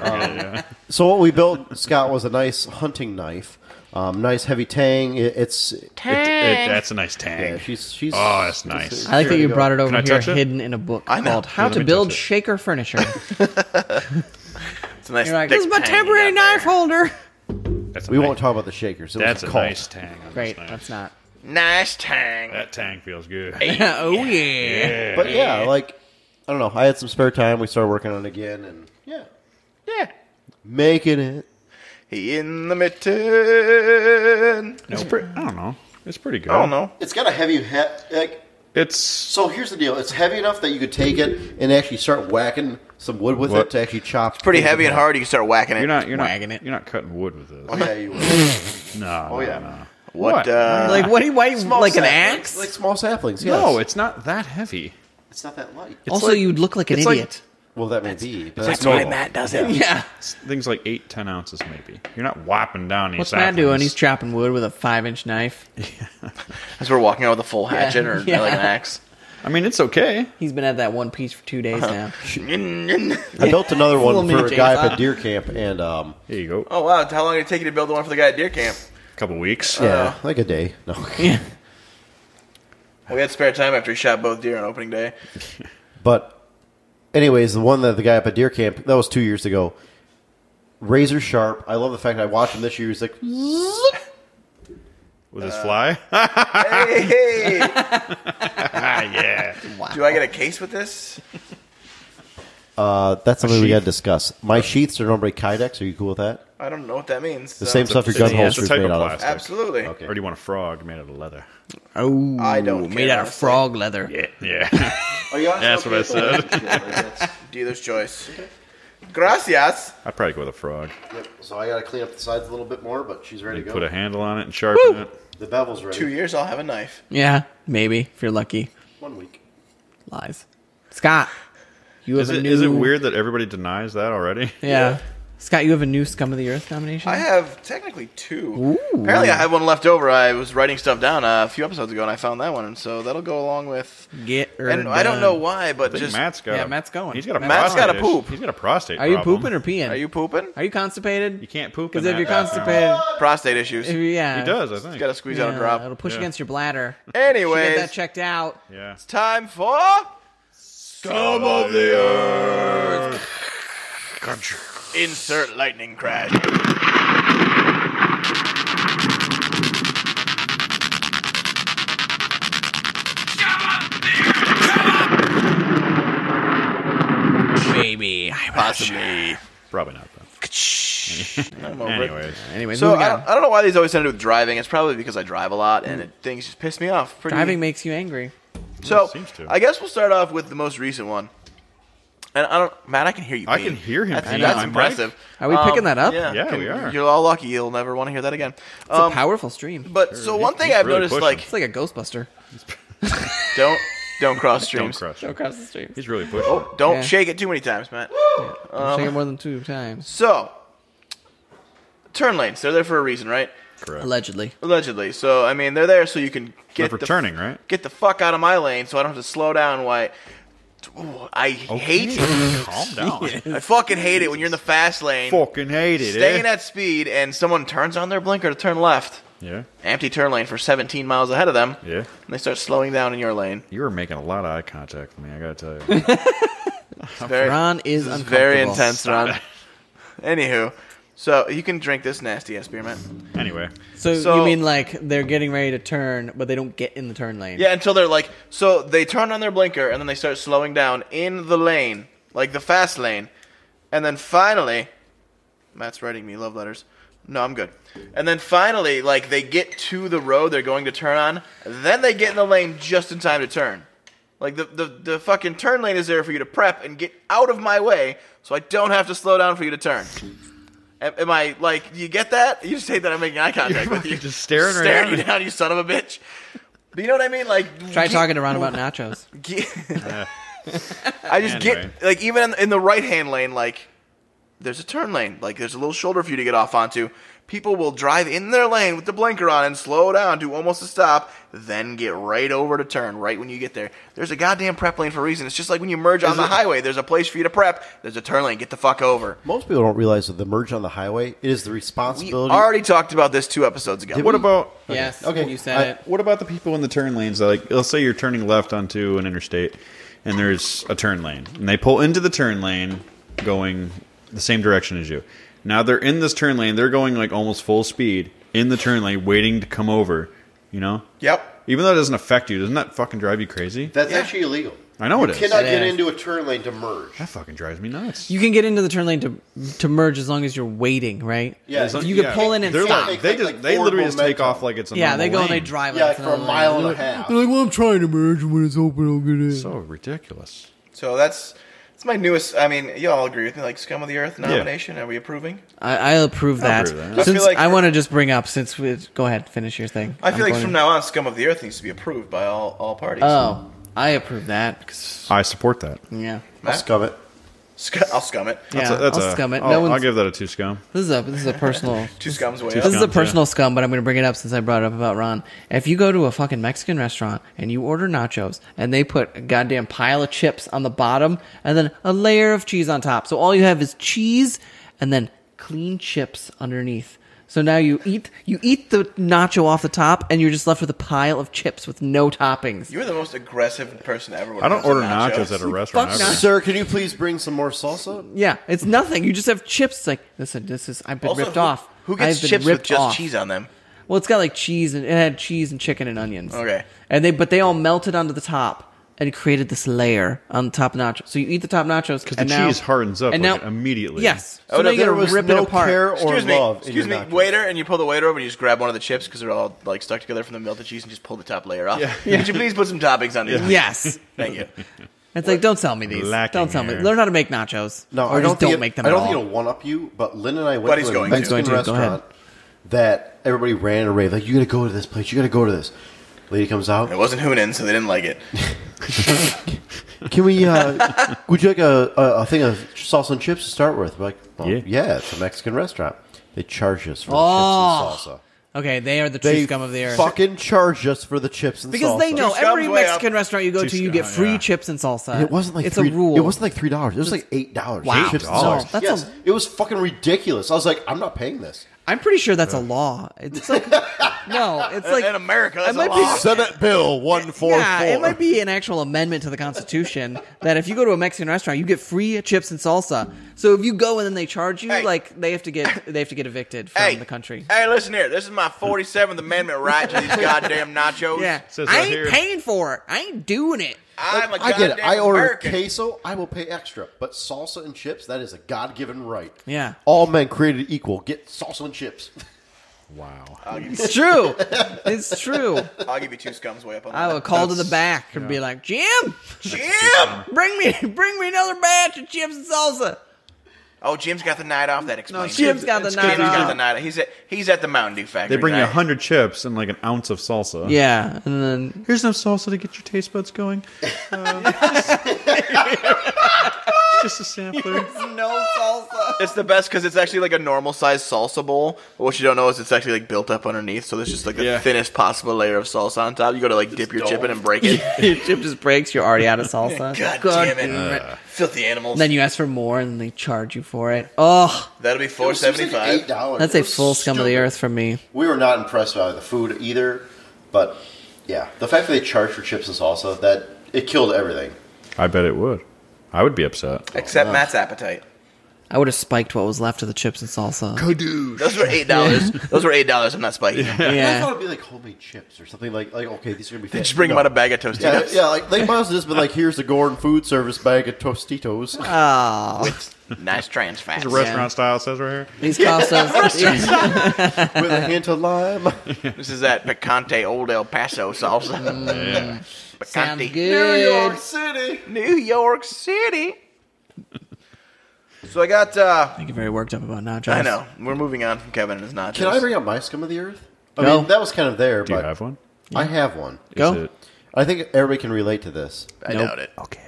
Speaker 5: So what we built, Scott, was a nice hunting knife, um, nice heavy tang. It, it's
Speaker 4: It, it, that's a nice
Speaker 5: yeah,
Speaker 4: tang.
Speaker 5: she's she's.
Speaker 4: Oh, that's nice.
Speaker 5: it's-
Speaker 3: I like that
Speaker 5: ready
Speaker 3: you
Speaker 5: to go.
Speaker 3: brought it over
Speaker 4: Can I
Speaker 3: here
Speaker 4: touch it?
Speaker 3: hidden in a book
Speaker 2: I know.
Speaker 3: called How
Speaker 4: Let
Speaker 3: to
Speaker 4: me
Speaker 3: Build
Speaker 4: touch it.
Speaker 3: Shaker
Speaker 2: [laughs]
Speaker 3: Furniture.
Speaker 2: It's a nice.
Speaker 3: You're like,
Speaker 2: thick
Speaker 3: this is my
Speaker 2: tang
Speaker 3: temporary
Speaker 2: you got
Speaker 3: knife
Speaker 2: there.
Speaker 3: holder.
Speaker 4: That's a
Speaker 5: We
Speaker 4: nice-
Speaker 5: won't talk about the shakers. It was
Speaker 4: That's a
Speaker 5: called.
Speaker 4: nice tang. on this
Speaker 3: Great,
Speaker 4: knife.
Speaker 3: that's not.
Speaker 2: Nice tang.
Speaker 4: That tang feels good.
Speaker 3: oh, yeah.
Speaker 4: Yeah.
Speaker 5: But yeah, like I don't know. I had some spare time. We started working on it again, and yeah,
Speaker 2: Yeah.
Speaker 5: making it.
Speaker 2: He in the mitten.
Speaker 4: it's pre- I don't know. It's pretty good.
Speaker 2: I don't know.
Speaker 5: It's got a heavy he- like.
Speaker 4: It's
Speaker 5: So here's the deal: it's heavy enough that you could take it and actually start whacking some wood with
Speaker 4: What?
Speaker 5: it to actually chop.
Speaker 2: Pretty
Speaker 5: things
Speaker 2: heavy and
Speaker 5: apart.
Speaker 2: hard. You can start whacking it.
Speaker 4: you're not you're not
Speaker 3: Wagging it.
Speaker 4: you're not cutting wood with this.
Speaker 5: Yeah, you would.
Speaker 4: No. Oh
Speaker 2: yeah.
Speaker 4: No.
Speaker 2: What?
Speaker 4: What?
Speaker 2: Uh,
Speaker 3: [laughs] Like, what do you, why, you- like an
Speaker 5: Saplings,
Speaker 3: axe?
Speaker 5: like small saplings. Yes.
Speaker 4: No, it's not that heavy.
Speaker 5: it's not that light.
Speaker 3: also,
Speaker 4: like-
Speaker 3: you'd look like an
Speaker 4: it's like-
Speaker 3: idiot.
Speaker 5: Well, that may be. But
Speaker 2: that's
Speaker 5: normal.
Speaker 2: why Matt does it.
Speaker 3: yeah.
Speaker 4: It's things like eight, ten ounces maybe. You're not whopping down these.
Speaker 3: What's Matt doing?
Speaker 4: saplings.
Speaker 3: He's chopping wood with a five inch knife.
Speaker 2: As we're walking out with a full hatchet or
Speaker 3: Yeah.
Speaker 2: like an axe.
Speaker 4: I mean, it's okay.
Speaker 3: He's been at that one piece for two days now.
Speaker 2: oh
Speaker 5: [laughs] I built another
Speaker 3: Little
Speaker 5: one
Speaker 3: mini
Speaker 5: for a guy
Speaker 3: James
Speaker 5: up
Speaker 3: Bond.
Speaker 5: at deer camp, and um,
Speaker 4: There you go.
Speaker 2: wow! How long did it take you to build the one for the guy at deer camp?
Speaker 4: A couple weeks.
Speaker 5: yeah, like a day. No, [laughs]
Speaker 3: yeah.
Speaker 2: We had spare time after he shot both deer on opening day.
Speaker 5: but anyways, the one that the guy up at Deer Camp that was two years ago, razor sharp. I love the fact I watched him this year. He's like,
Speaker 4: With his fly? [laughs]
Speaker 3: [laughs]
Speaker 2: Hey, hey.
Speaker 4: yeah.
Speaker 2: [laughs] Do I get a case with this?
Speaker 5: uh, that's something we
Speaker 4: sheath.
Speaker 5: got to discuss. My sheaths are normally Kydex. Are you cool with that?
Speaker 2: I don't know what that means.
Speaker 5: The
Speaker 2: so-
Speaker 5: same stuff your
Speaker 4: it's
Speaker 5: gun
Speaker 4: a- it's a
Speaker 5: holster is
Speaker 4: type
Speaker 5: made
Speaker 4: of
Speaker 5: out of.
Speaker 4: plastic.
Speaker 2: Absolutely.
Speaker 5: Okay.
Speaker 4: Or do you want a frog made out of leather?
Speaker 3: Oh,
Speaker 2: I don't
Speaker 3: made
Speaker 2: care,
Speaker 3: out of
Speaker 2: honestly.
Speaker 3: frog leather.
Speaker 4: Yeah. Yeah. [laughs]
Speaker 2: Are you honest?
Speaker 4: That's
Speaker 2: Okay,
Speaker 4: what I
Speaker 2: cool.
Speaker 4: [laughs]
Speaker 2: Dealer's choice. Gracias.
Speaker 4: I'd probably go with a frog.
Speaker 5: Yep. So I got to clean up the sides a little bit more, but she's ready to go.
Speaker 4: Put a handle on it and sharpen
Speaker 3: Woo!
Speaker 4: it.
Speaker 5: the bevel's
Speaker 2: Two
Speaker 5: ready.
Speaker 2: years, I'll have a knife.
Speaker 3: Yeah, maybe if you're lucky.
Speaker 5: One week.
Speaker 3: Lies, Scott. You have
Speaker 4: Is
Speaker 3: a
Speaker 4: it,
Speaker 3: new.
Speaker 4: is it weird that everybody denies that already? [laughs]
Speaker 3: Yeah. Scott, you have a new Scum of the Earth nomination.
Speaker 2: I have technically two. Apparently, I had one left over. I was writing stuff down uh, a few episodes ago, and I found that one, and so that'll go along with.
Speaker 3: Get her
Speaker 2: And I don't
Speaker 3: done.
Speaker 2: know why, but
Speaker 4: I think
Speaker 2: just
Speaker 4: Matt's got.
Speaker 3: Yeah,
Speaker 4: a-
Speaker 3: Matt's going.
Speaker 4: He's got a
Speaker 2: Matt's
Speaker 4: prostate
Speaker 2: gotta
Speaker 4: issue.
Speaker 2: poop.
Speaker 4: He's got a prostate.
Speaker 3: Are you
Speaker 4: problem.
Speaker 3: pooping or peeing?
Speaker 2: are you pooping?
Speaker 3: Are you constipated?
Speaker 4: You can't poop in
Speaker 3: Because if
Speaker 4: that
Speaker 3: you're
Speaker 4: bathroom.
Speaker 3: constipated,
Speaker 2: Prostate issues.
Speaker 3: if you- yeah,
Speaker 4: he does. I think.
Speaker 2: Just gotta squeeze out a
Speaker 3: yeah,
Speaker 2: drop.
Speaker 3: It'll push
Speaker 4: Yeah.
Speaker 3: against your bladder. You should
Speaker 2: Anyways,
Speaker 3: get that checked out.
Speaker 4: yeah.
Speaker 2: it's time for
Speaker 4: Scum of the earth.
Speaker 2: insert lightning crash.
Speaker 3: Baby. I'm not sure.
Speaker 2: Possibly.
Speaker 4: Probably not. Though.
Speaker 2: I'm over it.
Speaker 4: Anyways,
Speaker 3: Anyways,
Speaker 2: So
Speaker 3: moving
Speaker 2: I
Speaker 3: on.
Speaker 2: don't, I don't know why these always end up with driving. It's probably because I drive a lot and it, things just piss me off. Pretty,
Speaker 3: Driving makes you angry.
Speaker 2: So
Speaker 4: It seems to.
Speaker 2: I guess we'll start off with the most recent one. And I don't, Matt. I can hear you.
Speaker 4: I
Speaker 2: peeing.
Speaker 4: can hear him
Speaker 2: That's,
Speaker 4: peeing
Speaker 2: that's
Speaker 4: on
Speaker 2: impressive.
Speaker 3: mic. Are we picking that up?
Speaker 2: Um, Yeah,
Speaker 4: Yeah,
Speaker 2: Can-
Speaker 4: we are.
Speaker 2: You're all lucky. You'll never want to hear that again.
Speaker 3: It's
Speaker 2: Um,
Speaker 3: a powerful stream.
Speaker 2: but so one thing
Speaker 4: he's
Speaker 2: I've
Speaker 4: really
Speaker 2: noticed,
Speaker 4: pushing.
Speaker 2: like
Speaker 3: It's like a Ghostbuster.
Speaker 2: don't don't cross
Speaker 4: [laughs] don't
Speaker 2: streams.
Speaker 4: crush.
Speaker 3: Go
Speaker 4: Him.
Speaker 3: [laughs] across the stream.
Speaker 4: He's really pushing.
Speaker 2: Oh, don't
Speaker 3: Yeah.
Speaker 2: shake it too many times, Matt.
Speaker 3: Don't Shake it more than two times.
Speaker 2: So turn lanes. They're there for a reason, right?
Speaker 4: Correct.
Speaker 3: Allegedly.
Speaker 2: Allegedly. So I mean, they're there so you can
Speaker 4: They're
Speaker 2: get
Speaker 4: for
Speaker 2: the
Speaker 4: turning, right?
Speaker 2: get the fuck out of my lane, so I don't have to slow down. Why? Ooh, I hate.
Speaker 4: Okay, Calm
Speaker 3: [laughs]
Speaker 4: down.
Speaker 2: I fucking hate it when you're in the fast lane.
Speaker 4: Fucking hate it.
Speaker 2: staying
Speaker 4: eh?
Speaker 2: at speed and someone turns on their blinker to turn left.
Speaker 4: Yeah.
Speaker 2: Empty turn lane for 17 miles ahead of them.
Speaker 4: Yeah.
Speaker 2: And they start slowing down in your lane.
Speaker 4: You were making a lot of eye contact with me. I gotta tell
Speaker 3: [laughs]
Speaker 4: you.
Speaker 2: It's very,
Speaker 3: Ron
Speaker 2: this is
Speaker 3: is uncomfortable.
Speaker 2: very intense, Ron. Anywho, so you can drink this nasty ass beer, man.
Speaker 4: anyway,
Speaker 3: So,
Speaker 2: So-
Speaker 3: you mean like they're getting ready to turn, but they don't get in the turn lane?
Speaker 2: Yeah, until they're like, so they turn on their blinker and then they start slowing down in the lane, like the fast lane. And then finally, Matt's writing me love letters. No, I'm good. And then finally, like they get to the road they're going to turn on, then they get in the lane just in time to turn. Like the, the, the fucking turn lane is there for you to prep and get out of my way so I don't have to slow down for you to turn. Am, am I like you get that? You just hate that I'm making eye
Speaker 4: [laughs]
Speaker 2: contact with you.
Speaker 4: fucking just staring right at
Speaker 2: staring
Speaker 4: me.
Speaker 2: you down, you son of a bitch. But you know what I mean? Like
Speaker 3: Try
Speaker 2: get-
Speaker 3: talking to Ron about nachos.
Speaker 2: get- [laughs] I just
Speaker 4: Anyway.
Speaker 2: get like even in, in the right hand lane, like there's a turn lane, like there's a little shoulder for you to get off onto. People will drive in their lane with the blinker on and slow down to almost a stop, then get right over to turn right when you get there. There's a goddamn prep lane for a reason. It's just like when you merge on the highway. There's a place for you to prep. There's a turn lane. Get the fuck over.
Speaker 5: Most people don't realize that the merge on the highway it is the
Speaker 2: We
Speaker 5: responsibility.
Speaker 2: already talked about this two episodes ago.
Speaker 5: Did
Speaker 4: what about?
Speaker 3: Yes.
Speaker 5: Okay.
Speaker 3: You said
Speaker 5: I-
Speaker 3: it.
Speaker 4: What about the people in the turn lanes? that, Like, let's say you're turning left onto an interstate, and there's a turn lane, and they pull into the turn lane, going the same direction as you. Now they're in this turn lane. They're going like almost full speed in the turn lane, waiting to come over. You know.
Speaker 2: Yep.
Speaker 4: Even though it doesn't affect you, doesn't that fucking drive you crazy?
Speaker 5: That's
Speaker 2: Yeah.
Speaker 5: actually illegal.
Speaker 4: I know
Speaker 5: you
Speaker 4: it is.
Speaker 5: Cannot
Speaker 3: It
Speaker 5: get
Speaker 3: is.
Speaker 5: into a turn lane to merge.
Speaker 4: That fucking drives me nuts.
Speaker 3: You can get into the turn lane to to merge as long as you're waiting, right?
Speaker 5: Yeah,
Speaker 4: As long-
Speaker 3: You can pull in and
Speaker 4: they're
Speaker 3: stop.
Speaker 4: Like, they
Speaker 5: Like-
Speaker 4: just,
Speaker 5: like
Speaker 4: they
Speaker 5: forward
Speaker 4: literally just take
Speaker 5: momentum.
Speaker 4: off like it's a
Speaker 3: Yeah, they
Speaker 4: normal
Speaker 3: go and they
Speaker 4: lane.
Speaker 3: drive
Speaker 5: Yeah,
Speaker 3: like
Speaker 5: like for a mile and a half.
Speaker 3: They're like, well, I'm trying to merge when it's open. I'll get in.
Speaker 4: So ridiculous.
Speaker 2: So that's that's my newest. I mean, y'all agree with me? Like scum of the earth nomination. Are we approving?
Speaker 3: I, I approve that.
Speaker 4: approve that.
Speaker 2: I feel
Speaker 3: Since I,
Speaker 2: like for-
Speaker 3: want to just bring up, since we go ahead, finish your thing.
Speaker 2: I feel
Speaker 3: I'm
Speaker 2: like from
Speaker 3: going-
Speaker 2: now on, scum of the earth needs to be approved by all, all parties.
Speaker 3: Oh, I approve that. 'cause-
Speaker 4: I support that.
Speaker 3: yeah,
Speaker 5: I'll scum it.
Speaker 2: Sc- I'll scum it.
Speaker 3: yeah.
Speaker 4: That's a, that's
Speaker 3: I'll
Speaker 4: a-
Speaker 3: scum it.
Speaker 4: I'll,
Speaker 3: no
Speaker 4: I'll
Speaker 3: one's.
Speaker 4: give that a two scum.
Speaker 3: This is a this
Speaker 4: [laughs]
Speaker 3: is a personal.
Speaker 2: Two scums way
Speaker 4: Two
Speaker 2: up.
Speaker 3: This is a
Speaker 4: Scum, yeah.
Speaker 3: personal scum, but I'm going to bring it up since I brought it up about Ron. If you go to a fucking Mexican restaurant and you order nachos and they put a goddamn pile of chips on the bottom and then a layer of cheese on top, so all you have is cheese and then clean chips underneath. So now you eat you eat the nacho off the top, and you're just left with a pile of chips with no toppings.
Speaker 2: You're the most aggressive person ever. When
Speaker 4: I
Speaker 2: it
Speaker 4: don't
Speaker 2: comes
Speaker 4: order
Speaker 2: to
Speaker 4: nachos at a restaurant.
Speaker 3: Fuck
Speaker 4: ever.
Speaker 3: nachos.
Speaker 5: Sir, can you please bring some more salsa?
Speaker 3: Yeah, it's nothing. You just have chips. It's like listen, this is I've been
Speaker 2: Also,
Speaker 3: ripped
Speaker 2: who-
Speaker 3: off.
Speaker 2: Who gets
Speaker 3: I've been
Speaker 2: chips with
Speaker 3: ripped
Speaker 2: just
Speaker 3: off.
Speaker 2: cheese on them?
Speaker 3: Well, it's got like cheese and it had cheese and chicken and onions.
Speaker 2: Okay.
Speaker 3: And they but they all melted onto the top and created this layer on the top nachos. So you eat the top nachos because
Speaker 4: the cheese hardens up, like, immediately.
Speaker 3: Yes.
Speaker 2: Oh, no,
Speaker 3: So now you
Speaker 5: There
Speaker 3: gotta
Speaker 5: was
Speaker 3: rip
Speaker 5: no
Speaker 3: it apart.
Speaker 5: care or
Speaker 2: Excuse me,
Speaker 5: love. in
Speaker 2: excuse me,
Speaker 5: your nachos.
Speaker 2: waiter, and you pull the waiter over and you just grab one of the chips because they're all like stuck together from the melted cheese and just pull the top layer off. [laughs] Could you please put some toppings on these?
Speaker 3: Yes.
Speaker 2: Thank you.
Speaker 3: It's like don't sell me these.
Speaker 4: Lacking
Speaker 3: don't tell me.
Speaker 4: here.
Speaker 3: Learn how to make nachos.
Speaker 5: No,
Speaker 3: or
Speaker 5: I don't
Speaker 3: just don't
Speaker 5: think it-
Speaker 3: make them.
Speaker 5: I don't
Speaker 3: at
Speaker 5: think
Speaker 3: all.
Speaker 5: it'll one up you. But Lynn and I went
Speaker 2: But
Speaker 5: to
Speaker 2: he's
Speaker 5: a
Speaker 2: going to.
Speaker 5: Mexican
Speaker 3: He's going to, go
Speaker 5: restaurant that everybody ran a rave like, "You got to go to this place. You got to go to this." Lady comes
Speaker 2: It
Speaker 5: out.
Speaker 2: wasn't Hoonin, so they didn't like it.
Speaker 5: Can we? Uh, [laughs] would you like a, a, a thing of salsa and chips to start with? We're like, well,
Speaker 4: Yeah.
Speaker 5: yeah. it's a Mexican restaurant. They charge us for
Speaker 3: Oh.
Speaker 5: the chips and salsa.
Speaker 3: Okay, they are the true
Speaker 5: They
Speaker 3: scum of the earth.
Speaker 5: fucking charge us for the chips and
Speaker 3: because
Speaker 5: salsa.
Speaker 3: they know
Speaker 2: Two
Speaker 3: every
Speaker 2: scums way
Speaker 3: Mexican
Speaker 2: up.
Speaker 3: restaurant you go to, you
Speaker 4: scum,
Speaker 3: get free
Speaker 4: yeah.
Speaker 3: chips and salsa.
Speaker 5: And It wasn't like
Speaker 3: it's
Speaker 5: three,
Speaker 3: a rule.
Speaker 5: It wasn't like three dollars. It was like eight dollars.
Speaker 3: Wow.
Speaker 5: chips and
Speaker 4: $8?
Speaker 5: salsa.
Speaker 3: That's
Speaker 5: yes,
Speaker 3: a-
Speaker 5: it was fucking ridiculous. I was like, I'm not paying this.
Speaker 3: I'm pretty sure that's a
Speaker 5: Uh.
Speaker 3: law. It's like no,
Speaker 5: [laughs]
Speaker 3: it's like
Speaker 2: in America,
Speaker 3: it
Speaker 2: that's
Speaker 3: might
Speaker 2: a
Speaker 3: be-
Speaker 2: lot.
Speaker 5: Senate Bill one four
Speaker 3: yeah, it might be an actual amendment to the Constitution
Speaker 2: [laughs]
Speaker 3: that if you go to a Mexican restaurant, you get free chips and salsa. So if you go and then they charge you,
Speaker 2: Hey.
Speaker 3: like they have
Speaker 2: [coughs]
Speaker 3: to get they have to get evicted from the country.
Speaker 2: Hey, listen here. This is my 47th Amendment right to
Speaker 3: [laughs]
Speaker 2: these goddamn nachos.
Speaker 3: Yeah,
Speaker 4: Says
Speaker 3: I
Speaker 4: right
Speaker 3: ain't
Speaker 4: here-
Speaker 3: paying for it. I ain't doing it.
Speaker 2: I'm a
Speaker 5: I get it.
Speaker 2: goddamn
Speaker 5: I order
Speaker 2: American.
Speaker 5: queso, I will pay extra. But salsa and chips, that is a God given right.
Speaker 3: Yeah,
Speaker 5: All men created equal. Get salsa and chips.
Speaker 4: Wow.
Speaker 3: it's true.
Speaker 2: [laughs]
Speaker 3: it's true.
Speaker 2: I'll give you two scums way up on that.
Speaker 3: I would call to the back and be like, Jim,
Speaker 2: Jim!
Speaker 3: bring me bring me another batch of chips and salsa.
Speaker 2: Oh, Jim's got the night off. That explains it.
Speaker 3: Jim's got the
Speaker 2: Jim's
Speaker 3: night
Speaker 2: got the
Speaker 3: off.
Speaker 2: night off. He's at, he's at the Mountain Dew factory.
Speaker 4: They bring you
Speaker 2: tonight.
Speaker 4: a hundred chips and like an ounce of salsa.
Speaker 3: Yeah, and then
Speaker 4: Here's enough salsa to get your taste buds
Speaker 3: [laughs]
Speaker 4: going. Uh, just a sampler.
Speaker 3: no salsa.
Speaker 2: It's the best because it's actually like a normal sized salsa bowl. But what you don't know is it's actually like built up underneath, so there's just like the
Speaker 4: Yeah.
Speaker 2: thinnest possible layer of salsa on top. You go to like dip your chip in and break it.
Speaker 3: Your chip just breaks. You're already out of salsa.
Speaker 2: [laughs] God, damn it! Filthy animals.
Speaker 3: And then you ask for more, and they charge you for it. Oh,
Speaker 2: That'll be
Speaker 5: It
Speaker 2: four
Speaker 5: was- it was
Speaker 2: seventy five.
Speaker 5: like $8.
Speaker 3: that's
Speaker 5: It
Speaker 3: a
Speaker 5: was
Speaker 3: full scum of the
Speaker 5: stupid.
Speaker 3: earth for me.
Speaker 5: We were not impressed by the food either, but yeah, the fact that they charge for chips and salsa that it killed everything.
Speaker 4: I bet it would. I would be upset.
Speaker 2: Except Matt's appetite.
Speaker 3: I would have spiked what was left of the chips and salsa.
Speaker 2: Those were eight dollars. Those were eight dollars. I'm not spiking. them. [laughs]
Speaker 5: I thought
Speaker 3: Yeah,
Speaker 5: it'd be like homemade chips or something like like okay, these are gonna be.
Speaker 2: Just bring them out a bag of Tostitos.
Speaker 5: Yeah, yeah, like they must have just been like, here's the Gordon Food Service bag of
Speaker 3: [laughs]
Speaker 5: Tostitos.
Speaker 2: Nice trans fats.
Speaker 4: It's a restaurant style it says right here.
Speaker 3: Oh, these cost us. Yeah.
Speaker 5: with a hint of lime.
Speaker 2: This is that picante old El Paso salsa.
Speaker 4: Yeah.
Speaker 3: Mm.
Speaker 2: [laughs]
Speaker 3: Sounds
Speaker 2: picante.
Speaker 3: good.
Speaker 5: City.
Speaker 2: New York City. So I got. uh
Speaker 3: I get very worked up about nachos.
Speaker 2: I know we're moving on from Kevin and his nachos.
Speaker 5: Can I bring up my scum of the earth? I
Speaker 3: Go.
Speaker 5: mean, that was kind of there,
Speaker 4: Do you
Speaker 5: but
Speaker 4: have one?
Speaker 5: I have one.
Speaker 3: Go.
Speaker 4: Is it-
Speaker 5: I think everybody can relate to this.
Speaker 2: I
Speaker 3: Nope.
Speaker 2: doubt it.
Speaker 4: Oh.
Speaker 3: Okay.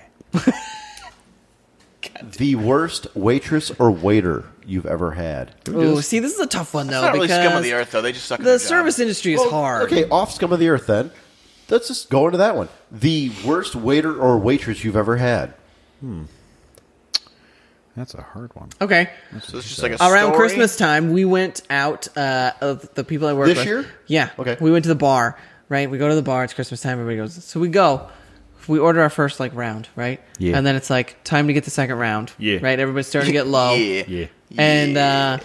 Speaker 5: The worst waitress or waiter you've ever had.
Speaker 3: Ooh, see, this is a tough one though
Speaker 2: It's not really
Speaker 3: because
Speaker 2: scum of the earth though. They just suck. at
Speaker 3: the
Speaker 2: their
Speaker 3: service
Speaker 2: Job.
Speaker 3: industry is
Speaker 5: Well,
Speaker 3: hard.
Speaker 5: Okay, off scum of the earth then. Let's just go into that one. The worst waiter or waitress you've ever had.
Speaker 4: That's a hard one.
Speaker 3: Okay.
Speaker 2: So it's just like a
Speaker 3: Around
Speaker 2: story.
Speaker 3: Christmas time, we went out. Uh, of the people I work
Speaker 5: This
Speaker 3: with
Speaker 5: year?
Speaker 3: Yeah.
Speaker 5: Okay.
Speaker 3: We went to the bar. Right. We go to the bar. It's Christmas time. Everybody goes. So we go. We order our first like round. Right.
Speaker 4: Yeah.
Speaker 3: And then it's like time to get the second round.
Speaker 4: Yeah.
Speaker 3: Right. Everybody's
Speaker 2: [laughs]
Speaker 3: starting to get low.
Speaker 2: Yeah.
Speaker 4: Yeah.
Speaker 3: Oh. And uh,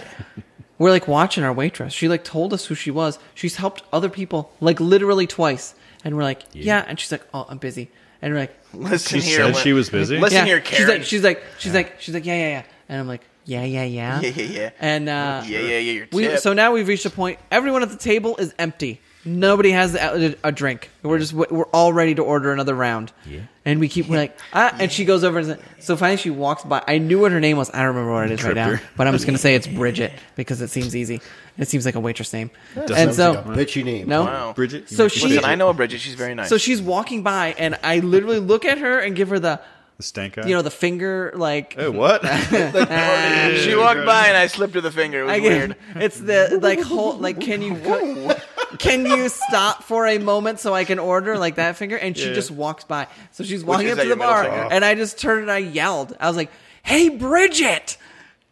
Speaker 3: we're like watching our waitress. She like told us who she was. She's helped other people like literally twice. And we're like, yeah. And she's like, oh, I'm busy. And we're like,
Speaker 2: [laughs] Listen
Speaker 4: She
Speaker 2: here.
Speaker 4: said
Speaker 2: Lin-
Speaker 4: she was busy.
Speaker 2: Listen here,
Speaker 3: She's
Speaker 2: Karen.
Speaker 3: like, she's like, she's like, she's like, yeah, yeah, yeah. And I'm like, yeah, yeah, yeah,
Speaker 2: Yeah, yeah, yeah.
Speaker 3: And uh,
Speaker 2: yeah, yeah, yeah. Your tip.
Speaker 3: we so now we've reached a point. Everyone at the table is empty. Nobody has a, a drink. We're just we're all ready to order another round. Yeah. And we keep we're like ah, and she goes over and says- so finally she walks by. I knew what her name was. I don't remember what it is right now,
Speaker 4: Tripper.
Speaker 3: but I'm just gonna
Speaker 2: [laughs]
Speaker 3: say it's Bridget because it seems easy. It seems like a waitress name. and
Speaker 5: Sounds
Speaker 3: so
Speaker 5: like a bitchy name.
Speaker 3: no,
Speaker 2: Wow.
Speaker 4: Bridget. you
Speaker 3: So
Speaker 4: make me
Speaker 3: she-
Speaker 2: Listen,
Speaker 4: Bridget.
Speaker 2: I know a Bridget. She's very nice.
Speaker 3: so she's walking by and I literally look at her and give her the
Speaker 4: The stank eye.
Speaker 3: you know the finger
Speaker 2: [laughs]
Speaker 3: like
Speaker 4: Hey,
Speaker 3: [laughs]
Speaker 4: what?
Speaker 2: she walked by and I slipped her the finger. It was
Speaker 3: I get-
Speaker 2: weird.
Speaker 3: It's the like whole like can you go, can you stop for a moment so I can order like that finger? And she
Speaker 4: Yeah.
Speaker 3: just walks by. So she's walking
Speaker 2: is
Speaker 3: up
Speaker 2: that
Speaker 3: to the
Speaker 2: your middle
Speaker 3: bar,
Speaker 2: finger?
Speaker 3: and I just turned and I yelled. I was like, "Hey, Bridget!"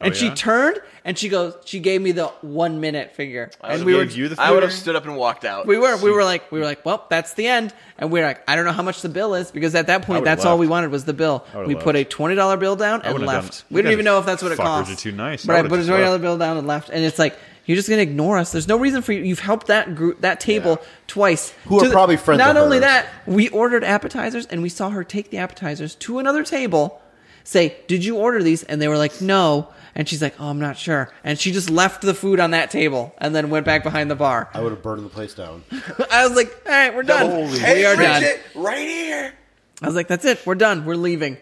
Speaker 2: Oh,
Speaker 3: and she
Speaker 4: yeah?
Speaker 3: turned and she goes, she gave me the one minute finger, and
Speaker 4: She
Speaker 3: we were
Speaker 4: gave you the
Speaker 2: I would have
Speaker 4: finger?
Speaker 2: stood up and walked out.
Speaker 3: we were we were like we were like, well, that's the end, and we were like, I don't know how much the bill is because at that point,
Speaker 4: would've
Speaker 3: that's all
Speaker 4: left.
Speaker 3: we wanted was the bill.
Speaker 4: would've
Speaker 3: We put a
Speaker 4: left.
Speaker 3: twenty dollar bill down and
Speaker 4: would've
Speaker 3: left.
Speaker 4: done-
Speaker 3: we didn't
Speaker 4: you
Speaker 3: even
Speaker 4: guys
Speaker 3: know if that's what it
Speaker 4: fuckers
Speaker 3: costs.
Speaker 4: are too nice. I
Speaker 3: but I
Speaker 4: would've
Speaker 3: put a
Speaker 4: just
Speaker 3: twenty dollar
Speaker 4: left.
Speaker 3: bill down and left, and it's like. You're just gonna ignore us. There's no reason for you. You've helped that group, that table twice.
Speaker 5: Who are
Speaker 3: To the-
Speaker 5: probably friends
Speaker 3: Not
Speaker 5: of
Speaker 3: only
Speaker 5: hers.
Speaker 3: that, we ordered appetizers, and we saw her take the appetizers to another table. Say, did you order these? And they were like, no. And she's like, oh, I'm not sure. And she just left the food on that table, and then went back behind the bar.
Speaker 5: I would have burned the place down.
Speaker 2: [laughs]
Speaker 3: I was like, all right, we're done.
Speaker 2: Hey,
Speaker 3: we are done.
Speaker 2: Bridget, right here.
Speaker 3: I was like, that's it. We're done. We're leaving.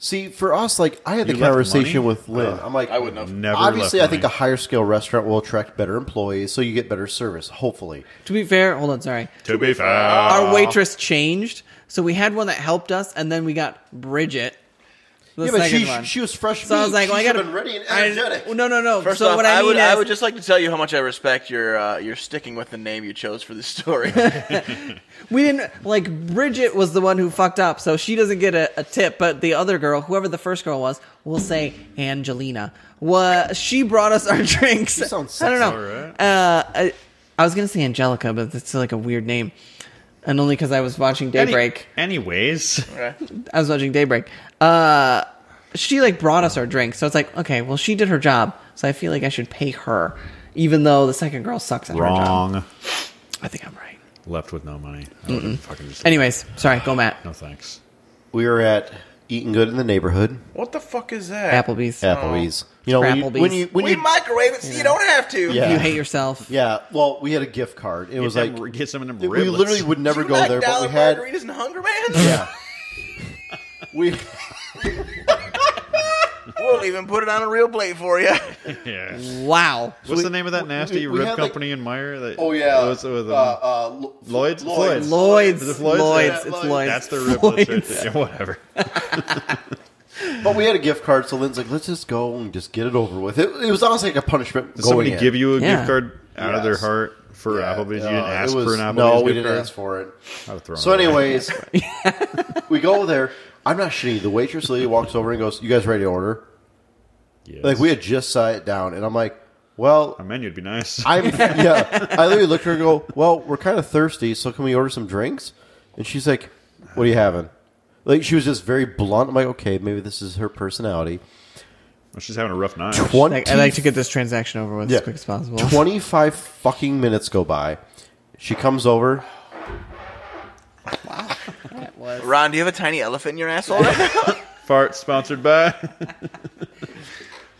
Speaker 5: See, for us, like I had the
Speaker 4: You left
Speaker 5: conversation
Speaker 4: money?
Speaker 5: with Lynn. I'm like,
Speaker 2: I wouldn't have.
Speaker 4: Never
Speaker 5: obviously, I
Speaker 4: left
Speaker 5: think a
Speaker 4: money.
Speaker 5: higher scale restaurant will attract better employees, so you get better service. Hopefully,
Speaker 3: To be fair, hold on, sorry.
Speaker 4: to be fair.
Speaker 3: Our waitress changed. So we had one that helped us, and then we got Bridget. The
Speaker 5: yeah, but
Speaker 3: second
Speaker 5: she
Speaker 3: one.
Speaker 5: she was fresh.
Speaker 3: so I was like,
Speaker 5: she
Speaker 3: well, I got to.
Speaker 5: been ready and energetic.
Speaker 3: I, no, no, no.
Speaker 2: First
Speaker 3: so
Speaker 2: off,
Speaker 3: what I,
Speaker 2: I,
Speaker 3: mean
Speaker 2: would
Speaker 3: is,
Speaker 2: I would just like to tell you how much I respect your uh, your sticking with the name you chose for this story. [laughs]
Speaker 3: we didn't like Bridget was the one who fucked up, so she doesn't get a, a tip. But the other girl, whoever the first girl was, we'll say Angelina. What she brought us our [laughs] drinks.
Speaker 5: sounds
Speaker 3: I don't know.
Speaker 5: sexy.
Speaker 4: Alright.
Speaker 3: Uh, I, I was gonna say Angelica, but that's like a weird name, and only because I was watching Daybreak.
Speaker 4: Anyways,
Speaker 3: I was watching Daybreak. Uh, she like brought us our drinks, so it's like okay, well she did her job, so I feel like I should pay her, even though the second girl sucks at her job.
Speaker 4: wrong.
Speaker 3: I think I'm right.
Speaker 4: Left with no money. I would've fucking just-
Speaker 3: Anyways, sorry, go Matt.
Speaker 4: No thanks.
Speaker 5: we were at Eating Good in the neighborhood,
Speaker 2: what the fuck is that?
Speaker 4: Oh,
Speaker 3: Applebee's.
Speaker 5: Applebee's. You know, when you,
Speaker 3: Applebee's.
Speaker 5: when you when
Speaker 2: We
Speaker 5: you-
Speaker 2: microwave it so you don't have to.
Speaker 5: Yeah.
Speaker 3: You hate yourself.
Speaker 5: yeah, well, we had a gift card. It was
Speaker 4: them-
Speaker 5: like
Speaker 4: get some of them
Speaker 5: we
Speaker 4: riblets.
Speaker 5: literally [laughs] would never
Speaker 2: You
Speaker 5: go
Speaker 2: like
Speaker 5: there, but
Speaker 2: dollar
Speaker 5: we had
Speaker 2: margaritas and Hunger Man.
Speaker 5: yeah. we
Speaker 2: [laughs]
Speaker 4: [laughs]
Speaker 2: We'll even put it on a real plate for you.
Speaker 4: Yeah.
Speaker 3: Wow.
Speaker 4: What's the name of that nasty
Speaker 5: we- we
Speaker 4: rib
Speaker 5: had, like-
Speaker 4: company in Meyer? That,
Speaker 5: oh yeah,
Speaker 4: What's it with,
Speaker 5: uh,
Speaker 4: um,
Speaker 5: uh, Lo-
Speaker 4: Lloyd's?
Speaker 5: Lloyd's.
Speaker 3: Lloyd's.
Speaker 4: Is it Floyd's?
Speaker 3: Lloyd's. Lloyd's.
Speaker 5: Yeah,
Speaker 3: It's
Speaker 5: Lloyd's.
Speaker 3: Lloyd's.
Speaker 4: That's the riblets right
Speaker 3: Floyd's.
Speaker 4: [laughs] there. Whatever.
Speaker 5: But we had a gift card, so Lynn's like, let's just go and just get it over with. It, it was honestly like a punishment.
Speaker 4: Did
Speaker 5: going
Speaker 4: somebody
Speaker 5: in.
Speaker 4: give you a
Speaker 3: Yeah.
Speaker 4: gift card out of their
Speaker 5: Yes.
Speaker 4: heart for
Speaker 5: Yeah,
Speaker 4: Applebee's?
Speaker 5: uh,
Speaker 4: You didn't
Speaker 5: it
Speaker 4: ask for
Speaker 5: was-
Speaker 4: an Applebee's
Speaker 5: No,
Speaker 4: gift
Speaker 5: we didn't
Speaker 4: card?
Speaker 5: ask for it.
Speaker 4: I'd have thrown
Speaker 5: So,
Speaker 4: it away.
Speaker 5: anyways, [laughs] we go there. I'm not shitty. The waitress lady walks over and goes, "You guys ready to order?"
Speaker 4: Yes.
Speaker 5: Like we had just sat it down, and I'm like, "Well,
Speaker 4: a menu'd be nice.
Speaker 3: [laughs]
Speaker 5: I'm yeah." I literally looked at her and go, "Well, we're kind of thirsty, so can we order some drinks?" And she's like, "What are you having?" Like she was just very blunt. I'm like, "Okay, maybe this is her personality."
Speaker 4: Well, she's having a rough night.
Speaker 5: Twenty.
Speaker 3: Like, I like to get this transaction over with as quick as possible.
Speaker 5: 25 fucking minutes go by. She comes over.
Speaker 2: [laughs] Ron, do you have a tiny elephant in your [laughs] asshole right now?
Speaker 4: Fart sponsored by. [laughs]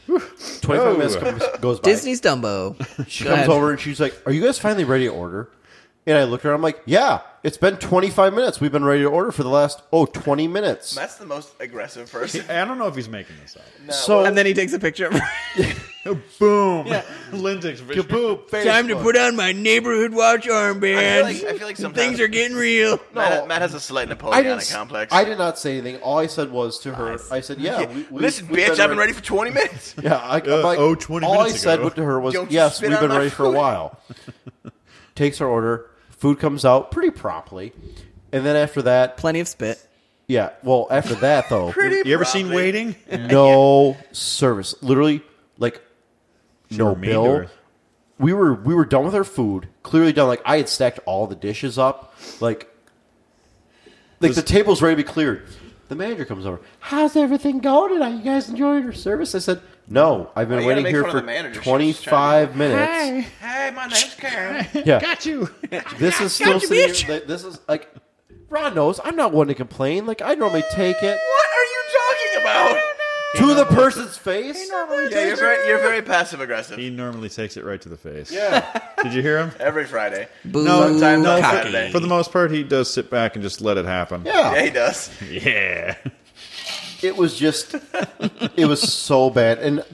Speaker 5: 25
Speaker 4: Oh.
Speaker 5: minutes comes, goes by.
Speaker 3: Disney's Dumbo.
Speaker 5: she
Speaker 3: Go ahead.
Speaker 5: comes over and she's like, Are you guys finally ready to order? And I looked at her. I'm like, Yeah, it's been 25 minutes. We've been ready to order for the last, oh, 20 minutes.
Speaker 2: That's the most aggressive person.
Speaker 4: I don't know if he's making this up.
Speaker 5: so,
Speaker 3: And then he takes a picture of her.
Speaker 4: Boom. Lynn takes a picture.
Speaker 5: kaboom, Facebook.
Speaker 3: Time to put on my neighborhood watch
Speaker 2: [laughs]
Speaker 3: armband.
Speaker 2: I feel like- I feel like sometimes-
Speaker 3: things are getting real.
Speaker 2: Matt, Matt has a slight
Speaker 5: I
Speaker 2: Napoleonic
Speaker 5: didn't, s-
Speaker 2: complex.
Speaker 5: I did not say anything. All I said was to her, I said, Yeah, we, we,
Speaker 2: Listen,
Speaker 5: we've
Speaker 2: bitch, I've been
Speaker 5: re-
Speaker 2: ready for 20 minutes.
Speaker 5: Yeah, I, I'm
Speaker 4: Uh,
Speaker 5: like,
Speaker 4: oh, 20
Speaker 5: all
Speaker 4: minutes
Speaker 5: I
Speaker 4: ago.
Speaker 5: said to her was,
Speaker 2: Don't you
Speaker 5: yes,
Speaker 2: spit
Speaker 5: we've
Speaker 2: on
Speaker 5: been
Speaker 2: my
Speaker 5: ready for a
Speaker 2: food."
Speaker 5: while. [laughs] Takes her order. Food comes out pretty promptly. And then after that,
Speaker 3: Plenty of spit.
Speaker 5: yeah, well, after that, though,
Speaker 4: You ever seen Waiting?
Speaker 5: no service. Literally, like,
Speaker 4: Mean
Speaker 5: no
Speaker 4: to
Speaker 5: bill.
Speaker 4: her.
Speaker 5: We were we were done with our food. Clearly done. Like I had stacked all the dishes up. Like, like the table's ready to be cleared. The manager comes over. How's everything going tonight? You guys enjoying your service? I said, No, I've been
Speaker 2: Why you gotta
Speaker 5: waiting
Speaker 2: make
Speaker 5: here
Speaker 2: fun of
Speaker 5: for
Speaker 2: the manager? She was
Speaker 5: twenty five minutes.
Speaker 2: Hey, my name's Karen.
Speaker 5: Yeah,
Speaker 4: you.
Speaker 5: this is still
Speaker 3: you,
Speaker 5: sitting
Speaker 3: bitch.
Speaker 5: here, like, this is like Ron knows. I'm not one to complain. Like I normally take it
Speaker 2: What are you talking [laughs] about?
Speaker 5: to the person's face.
Speaker 2: Yeah, you're very, you're very passive aggressive.
Speaker 4: He normally takes it right to the face.
Speaker 5: Yeah,
Speaker 4: [laughs] Did you hear him?
Speaker 2: Every Friday.
Speaker 3: Boo.
Speaker 2: Sometimes on
Speaker 3: cocky.
Speaker 2: Saturday.
Speaker 4: For the most part, he does sit back and just let it happen.
Speaker 2: Yeah, he
Speaker 5: yeah.
Speaker 2: does.
Speaker 4: Yeah.
Speaker 3: [laughs]
Speaker 5: It was just, it was so bad. And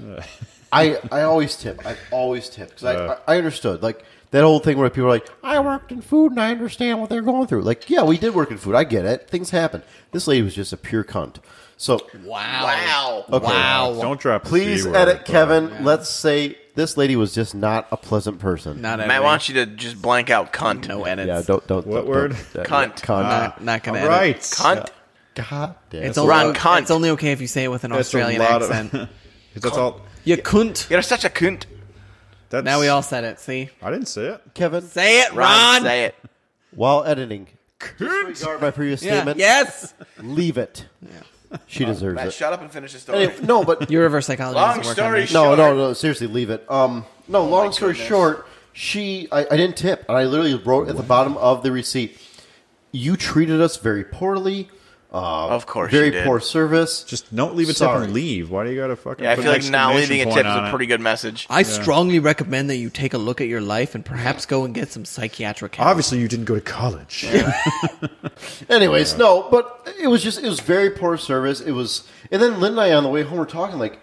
Speaker 5: I, I always tip. I always tip because
Speaker 4: Uh.
Speaker 5: I, I understood like that whole thing where people are like, I worked in food and I understand what they're going through. Like, yeah, we did work in food. I get it. Things happen. This lady was just a pure cunt. So
Speaker 2: Wow.
Speaker 5: Okay.
Speaker 3: Wow.
Speaker 4: Don't drop. the
Speaker 5: please
Speaker 4: C word,
Speaker 5: edit,
Speaker 4: but-
Speaker 5: Kevin. Let's say this lady was just not a pleasant person.
Speaker 3: Not
Speaker 2: Matt,
Speaker 3: editing.
Speaker 2: why don't you to just blank out cunt? No edits.
Speaker 5: Yeah, don't don't.
Speaker 4: What
Speaker 5: don't-
Speaker 4: word?
Speaker 5: don't-
Speaker 2: Cunt.
Speaker 5: Cunt.
Speaker 3: Not, not gonna
Speaker 4: All
Speaker 3: edit.
Speaker 4: right.
Speaker 2: Cunt?
Speaker 5: God
Speaker 3: Uh,
Speaker 5: damn.
Speaker 3: It's
Speaker 5: That's
Speaker 3: only,
Speaker 2: Ron Cunt.
Speaker 3: it's only okay if you say it with an
Speaker 4: That's a
Speaker 2: [laughs]
Speaker 3: Australian
Speaker 4: lot of-
Speaker 3: accent.
Speaker 4: 'Cause [laughs] that's all.
Speaker 3: You couldn't.
Speaker 2: You're such a cunt.
Speaker 4: That's,
Speaker 3: Now we all said it. See,
Speaker 4: I didn't say it.
Speaker 5: Kevin,
Speaker 3: say it,
Speaker 2: Ron,
Speaker 3: Ron.
Speaker 2: say it.
Speaker 5: while editing, disregard my previous
Speaker 3: Yeah.
Speaker 5: statement.
Speaker 3: Yes.
Speaker 5: Leave it. She deserves
Speaker 2: Matt,
Speaker 5: it.
Speaker 2: shut up and finish the story.
Speaker 5: Anyway,
Speaker 2: [laughs]
Speaker 5: no, but
Speaker 3: Your reverse psychology.
Speaker 2: Long
Speaker 3: doesn't work
Speaker 2: story
Speaker 3: On
Speaker 2: sh-
Speaker 3: that.
Speaker 5: no,
Speaker 2: short. Oh
Speaker 5: no, no. Seriously, leave it. Um, no. Long story
Speaker 2: goodness.
Speaker 5: short, she. I, I didn't tip, and I literally wrote at the bottom of the receipt. You treated us very poorly. Uh,
Speaker 2: Of course
Speaker 5: very
Speaker 2: you did.
Speaker 5: poor service.
Speaker 4: Just don't leave a tip
Speaker 5: Sorry.
Speaker 4: and leave. Why do you gotta fucking?
Speaker 2: Yeah, I
Speaker 4: put
Speaker 2: feel
Speaker 4: an
Speaker 2: like not leaving a tip
Speaker 4: exclamation
Speaker 2: is
Speaker 4: point on
Speaker 2: a
Speaker 4: it?
Speaker 2: pretty good message.
Speaker 3: I strongly recommend that you take a look at your life and perhaps go and get some psychiatric help.
Speaker 4: Obviously, you didn't go
Speaker 2: [laughs]
Speaker 4: to college.
Speaker 5: Anyways, no, but it was just it was very poor service. It was, and then Lynn and I on the way home were talking like,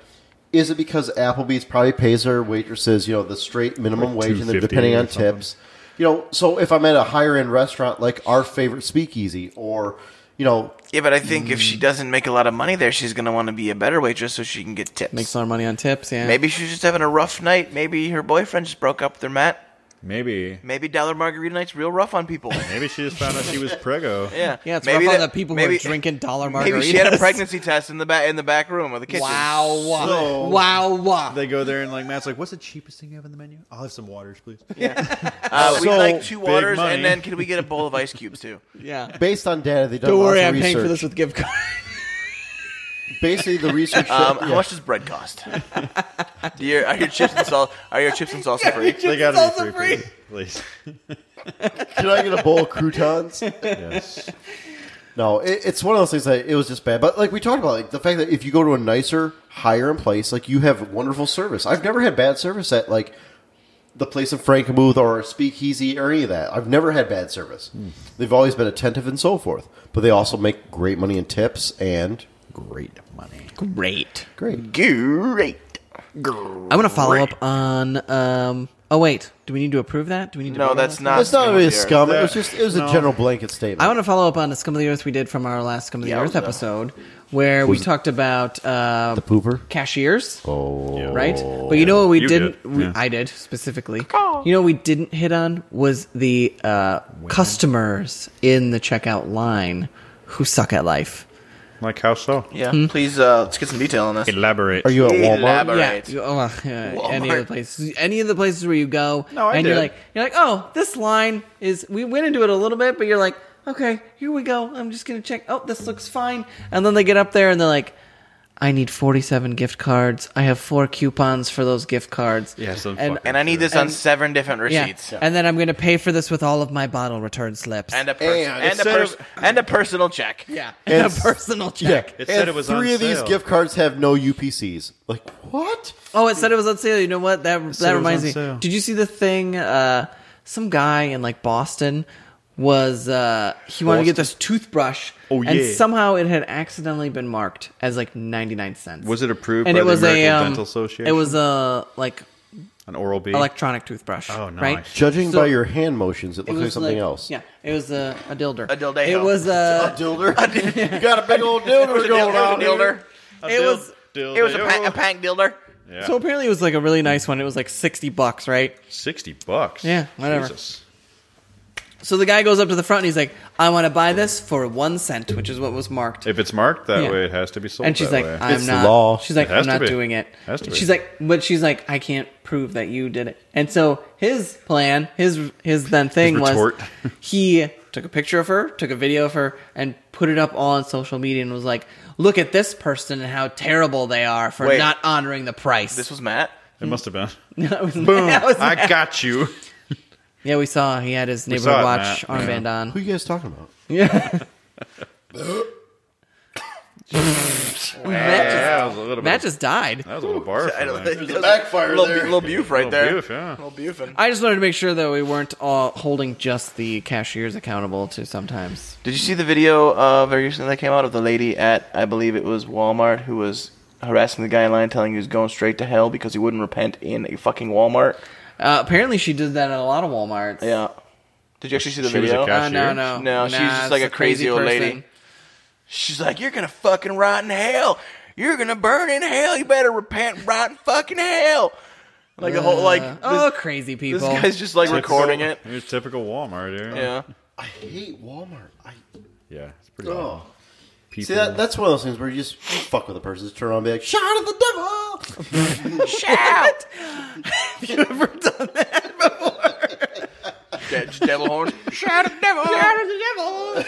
Speaker 5: is it because Applebee's probably pays their waitresses you know the straight minimum
Speaker 4: Like
Speaker 5: wage and then
Speaker 4: 250
Speaker 5: depending
Speaker 4: or
Speaker 5: on
Speaker 4: something.
Speaker 5: tips, you know? So if I'm at a higher end restaurant like our favorite Speakeasy or you know
Speaker 2: Yeah, but I think if she doesn't make a lot of money there, she's gonna want to be a better waitress so she can get tips.
Speaker 3: Makes a lot of money on tips. Yeah.
Speaker 2: Maybe she's just having a rough night. Maybe her boyfriend just broke up with her, Matt.
Speaker 4: Maybe.
Speaker 2: Maybe dollar margarita night's real rough on people.
Speaker 4: Maybe she just found out she was preggo.
Speaker 2: Yeah,
Speaker 3: Yeah, it's
Speaker 2: maybe
Speaker 3: rough on
Speaker 2: that-
Speaker 3: the people who
Speaker 2: maybe-
Speaker 3: are drinking dollar margaritas.
Speaker 2: Maybe she had a pregnancy test in the back in the back room or the kitchen.
Speaker 3: Wow!
Speaker 4: So-
Speaker 3: wow! Wow!
Speaker 4: They go there and like Matt's like, "What's the cheapest thing you have on the menu? I'll have some waters, please."
Speaker 2: Uh, we'd
Speaker 4: So,
Speaker 2: like two
Speaker 4: big
Speaker 2: waters,
Speaker 4: money.
Speaker 2: and then can we get a bowl of ice cubes too?
Speaker 3: yeah.
Speaker 5: based on data they done
Speaker 3: Don't
Speaker 5: lots
Speaker 3: worry,
Speaker 5: of
Speaker 3: I'm paying for
Speaker 5: research.
Speaker 3: this with gift card.
Speaker 5: Basically, the [laughs] research.
Speaker 2: Um,
Speaker 5: yeah.
Speaker 2: How much does bread cost? Do your, are your chips and salsa are your chips and salsa free?
Speaker 4: They
Speaker 3: It's
Speaker 4: gotta
Speaker 3: also
Speaker 4: be free, free, please.
Speaker 5: Can I get a bowl of [laughs] croutons?
Speaker 4: Yes.
Speaker 5: No, it, it's one of those things that it was just bad. But like we talked about, like the fact that if you go to a nicer, higher end place, like you have wonderful service. I've never had bad service at like the place in Frankenmuth or Speakeasy or any of that. I've never had bad service.
Speaker 3: Hmm.
Speaker 5: They've always been attentive and so forth. But they also make great money in tips and
Speaker 4: Great money.
Speaker 3: Great.
Speaker 5: great.
Speaker 2: Great.
Speaker 3: I'm gonna follow up on. Um, oh wait, do we need to approve that? Do we need to?
Speaker 2: No,
Speaker 3: vote on
Speaker 2: that's
Speaker 3: that?
Speaker 2: not.
Speaker 5: That's not
Speaker 2: scum
Speaker 5: really a
Speaker 2: of the earth.
Speaker 5: scum. It
Speaker 4: That-
Speaker 5: was just it was a
Speaker 4: no.
Speaker 5: general blanket statement.
Speaker 3: I want to follow up on the scum of the earth we did from our last scum of the
Speaker 2: Yeah,
Speaker 3: earth
Speaker 2: what's up?
Speaker 3: episode, where we
Speaker 5: it-
Speaker 3: talked about uh,
Speaker 5: the pooper.
Speaker 3: cashiers,
Speaker 5: Oh,
Speaker 3: right? But you know what we
Speaker 4: You
Speaker 3: didn't?
Speaker 4: did,
Speaker 3: We,
Speaker 4: yeah.
Speaker 3: I did specifically. You know what we didn't hit on was the uh, customers in the checkout line who suck at life.
Speaker 4: Like how so?
Speaker 2: Yeah, please. Uh, let's get some detail on this.
Speaker 4: Elaborate.
Speaker 5: are you at Walmart?
Speaker 2: Elaborate.
Speaker 3: Yeah,
Speaker 2: Right.
Speaker 3: you- oh, uh, [laughs] yeah, any
Speaker 2: Walmart.
Speaker 3: of the places, any of the places where you go,
Speaker 4: No, I
Speaker 3: and you're
Speaker 4: did.
Speaker 3: like, you're like, oh, this line is. We went into it a little bit, but you're like, okay, here we go. I'm just gonna check. Oh, this looks fine. And then they get up there and they're like, I need 47 gift cards. I have four coupons for those gift cards.
Speaker 4: Yeah, some
Speaker 3: and
Speaker 4: fucking-
Speaker 2: And I need this on
Speaker 3: And-
Speaker 2: seven different
Speaker 3: yeah,
Speaker 2: receipts.
Speaker 3: and then I'm gonna pay for this with all of my bottle return slips.
Speaker 2: And a pers-
Speaker 5: And
Speaker 2: and, a
Speaker 4: instead
Speaker 2: pers-
Speaker 4: of-
Speaker 2: and a personal check.
Speaker 3: [laughs] yeah, and a
Speaker 5: it's-
Speaker 3: personal check.
Speaker 4: It said it was on
Speaker 5: three of these
Speaker 4: sale.
Speaker 5: gift cards have no UPCs. Like what?
Speaker 3: Oh, it said it was on sale. You know what? That
Speaker 4: said it
Speaker 3: that
Speaker 4: was
Speaker 3: reminds
Speaker 4: on
Speaker 3: me.
Speaker 4: sale.
Speaker 3: Did you see the thing? Uh, some guy in like Boston was uh, he wanted to get this toothbrush.
Speaker 4: Oh,
Speaker 3: And
Speaker 4: yeah.
Speaker 3: somehow it had accidentally been marked as like ninety nine cents.
Speaker 4: Was it approved
Speaker 3: And
Speaker 4: by
Speaker 3: it was
Speaker 4: the American
Speaker 3: a um,
Speaker 4: Dental Association?
Speaker 3: It was a like
Speaker 4: An Oral B.
Speaker 3: electronic toothbrush.
Speaker 4: Oh, nice.
Speaker 3: Right?
Speaker 5: Judging
Speaker 3: So-
Speaker 5: by your hand motions, it
Speaker 3: It
Speaker 5: looks
Speaker 3: was
Speaker 5: like something
Speaker 3: like-
Speaker 5: else.
Speaker 3: Yeah, it was a a dilder.
Speaker 2: A dildejo.
Speaker 3: It was uh, [laughs] a.
Speaker 5: dilder. [laughs] you got a big
Speaker 3: [laughs]
Speaker 5: old dilder
Speaker 2: It was
Speaker 5: going
Speaker 2: a
Speaker 5: on. here.
Speaker 2: dilder.
Speaker 3: It was.
Speaker 2: It was a, pa- a pack dilder.
Speaker 4: Yeah.
Speaker 3: So apparently it was like a really nice one. It was like sixty bucks, right?
Speaker 4: Sixty bucks.
Speaker 3: Yeah, whatever.
Speaker 4: Jesus.
Speaker 3: So the guy goes up to the front and he's like, "I want to buy this for one cent, which is what was marked."
Speaker 4: If it's marked that
Speaker 3: Yeah.
Speaker 4: way, it has to be sold.
Speaker 3: and she's
Speaker 4: that
Speaker 3: like,
Speaker 4: way.
Speaker 3: "I'm
Speaker 5: It's
Speaker 3: not."
Speaker 5: law.
Speaker 3: She's like,
Speaker 4: It has
Speaker 3: "I'm
Speaker 4: to
Speaker 3: not
Speaker 4: be.
Speaker 3: doing it."
Speaker 4: Has to be.
Speaker 3: she's like, but she's like, "I can't prove that you did it." And so his plan, his his then thing was,
Speaker 4: retort.
Speaker 3: [laughs] he took a picture of her, took a video of her, and put it up on social media and was like, "Look at this person and how terrible they are for
Speaker 2: Wait.
Speaker 3: not honoring the price."
Speaker 2: This was Matt.
Speaker 4: it must
Speaker 3: [laughs]
Speaker 4: have been.
Speaker 3: That was-
Speaker 4: Boom!
Speaker 3: that was-
Speaker 4: I got
Speaker 3: [laughs]
Speaker 4: you.
Speaker 3: yeah, we saw he had his
Speaker 4: saw
Speaker 3: neighborhood
Speaker 4: it,
Speaker 3: watch
Speaker 4: Matt.
Speaker 3: armband on.
Speaker 5: Who you guys talking about?
Speaker 3: Yeah. Matt, just,
Speaker 4: Yeah, that was a little. bit
Speaker 3: Matt
Speaker 4: of-
Speaker 3: just died.
Speaker 4: That was a little barf.
Speaker 2: I don't
Speaker 4: man.
Speaker 2: think
Speaker 5: a backfire
Speaker 2: little,
Speaker 5: there.
Speaker 2: Little Buf right
Speaker 4: Little
Speaker 2: there.
Speaker 4: Buf, yeah.
Speaker 2: Little Bufin.
Speaker 3: I just wanted to make sure that we weren't all holding just the cashiers accountable to sometimes.
Speaker 2: Did you see the video uh, very recently that came out of the lady at I believe it was Walmart who was harassing the guy in line, telling him he was going straight to hell because he wouldn't repent in a fucking Walmart?
Speaker 3: Uh, apparently, she did that at a lot of Walmarts.
Speaker 2: Yeah. Did you actually see the
Speaker 4: She was a
Speaker 2: video?
Speaker 4: cat.
Speaker 3: Uh, no, no,
Speaker 2: No, she's just
Speaker 3: it's
Speaker 2: like a crazy old lady.
Speaker 3: person.
Speaker 2: She's like, "You're gonna fucking rot in hell. You're gonna burn in hell. You better repent, and rot in fucking hell." Like the whole like
Speaker 3: Uh,
Speaker 2: this,
Speaker 3: oh, crazy
Speaker 2: this
Speaker 3: people.
Speaker 2: guy's
Speaker 3: [laughs]
Speaker 2: just like
Speaker 4: Typical-
Speaker 2: recording it.
Speaker 4: Here's typical Walmart here.
Speaker 2: Yeah.
Speaker 5: I hate Walmart. I
Speaker 4: Yeah. It's pretty. bad.
Speaker 5: oh.
Speaker 4: people.
Speaker 5: See, that, that's one of those things where you just you fuck with a person, just turn around and be like, shot at the devil!
Speaker 3: Shout!
Speaker 2: De- devil horn.
Speaker 3: Shout at the devil! Shout at the devil!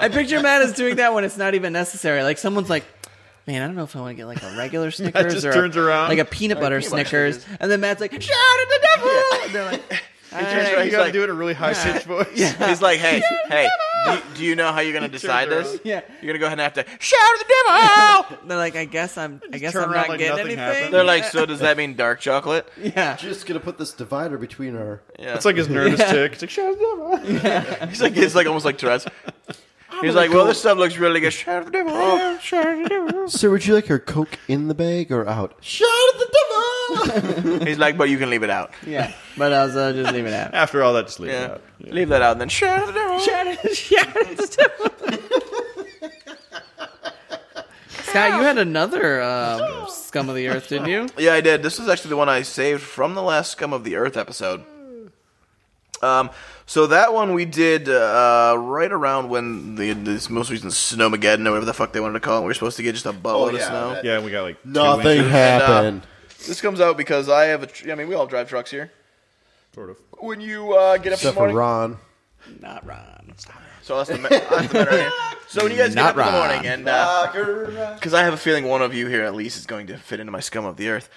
Speaker 3: I picture Matt as doing that when it's not even necessary. Like someone's like, man, I don't know if I want to get like a regular Snickers
Speaker 4: just
Speaker 3: or a-
Speaker 4: turns around.
Speaker 3: like a peanut butter
Speaker 2: peanut butter
Speaker 3: Snickers, and then Matt's like, shout at the devil! And they're like,
Speaker 2: He
Speaker 3: "All
Speaker 2: turns
Speaker 3: right,
Speaker 2: around,
Speaker 4: you
Speaker 2: he's
Speaker 4: gotta
Speaker 2: like-
Speaker 4: do it in a really high
Speaker 3: [laughs]
Speaker 4: pitched voice.
Speaker 2: He's like, [laughs] hey, hey, do, do you know how you're gonna decide
Speaker 4: around.
Speaker 2: this?
Speaker 3: Yeah.
Speaker 2: You're gonna go ahead and have to shout at the devil.
Speaker 3: They're like, I guess I'm, I guess
Speaker 4: turn
Speaker 3: I'm
Speaker 4: around
Speaker 3: not
Speaker 4: like
Speaker 3: getting
Speaker 4: nothing
Speaker 3: anything.
Speaker 4: happened.
Speaker 2: They're like, so does that mean dark chocolate?
Speaker 3: yeah.
Speaker 5: Just gonna put this divider between our.
Speaker 2: [laughs] Yeah.
Speaker 4: That's like his nervous tick. It's like, "Shut up."
Speaker 3: [laughs]
Speaker 2: he's like it's like almost like Tourette's. He's like, well, this stuff looks really good. Shout at the devil.
Speaker 5: Sir, would you like your Coke in the bag or out? Shot at the
Speaker 2: [laughs]
Speaker 5: devil!
Speaker 2: He's like, but you can leave it out.
Speaker 3: Yeah, but I was uh, just leaving it out.
Speaker 4: After all that, just leave it
Speaker 2: Yeah.
Speaker 4: out. Yeah.
Speaker 2: Leave that out and then shout at the devil.
Speaker 3: [laughs]
Speaker 4: [laughs]
Speaker 3: Scott, you had another um, scum of the earth, didn't you?
Speaker 2: Yeah, I did. This is actually the one I saved from the last Scum of the Earth episode. Um, so that one we did uh, right around when the this most recent Snowmageddon or whatever the fuck they wanted to call it. We were supposed to get just a buttload
Speaker 5: yeah,
Speaker 2: of snow.
Speaker 5: that-
Speaker 4: Yeah, we got like two
Speaker 5: Nothing
Speaker 4: inches,
Speaker 5: happened.
Speaker 2: This comes out because I have a. Tr- I mean, we all drive trucks here.
Speaker 4: sort of.
Speaker 2: When you uh, get up in
Speaker 5: Except
Speaker 2: the
Speaker 5: for
Speaker 2: morning,
Speaker 5: Ron.
Speaker 3: Not Ron.
Speaker 2: so that's the, ma- that's the man right here. So when you guys
Speaker 3: Not
Speaker 2: get up in the
Speaker 3: Ron.
Speaker 2: morning and uh, because I have a feeling one of you here at least is going to fit into my scum of the earth.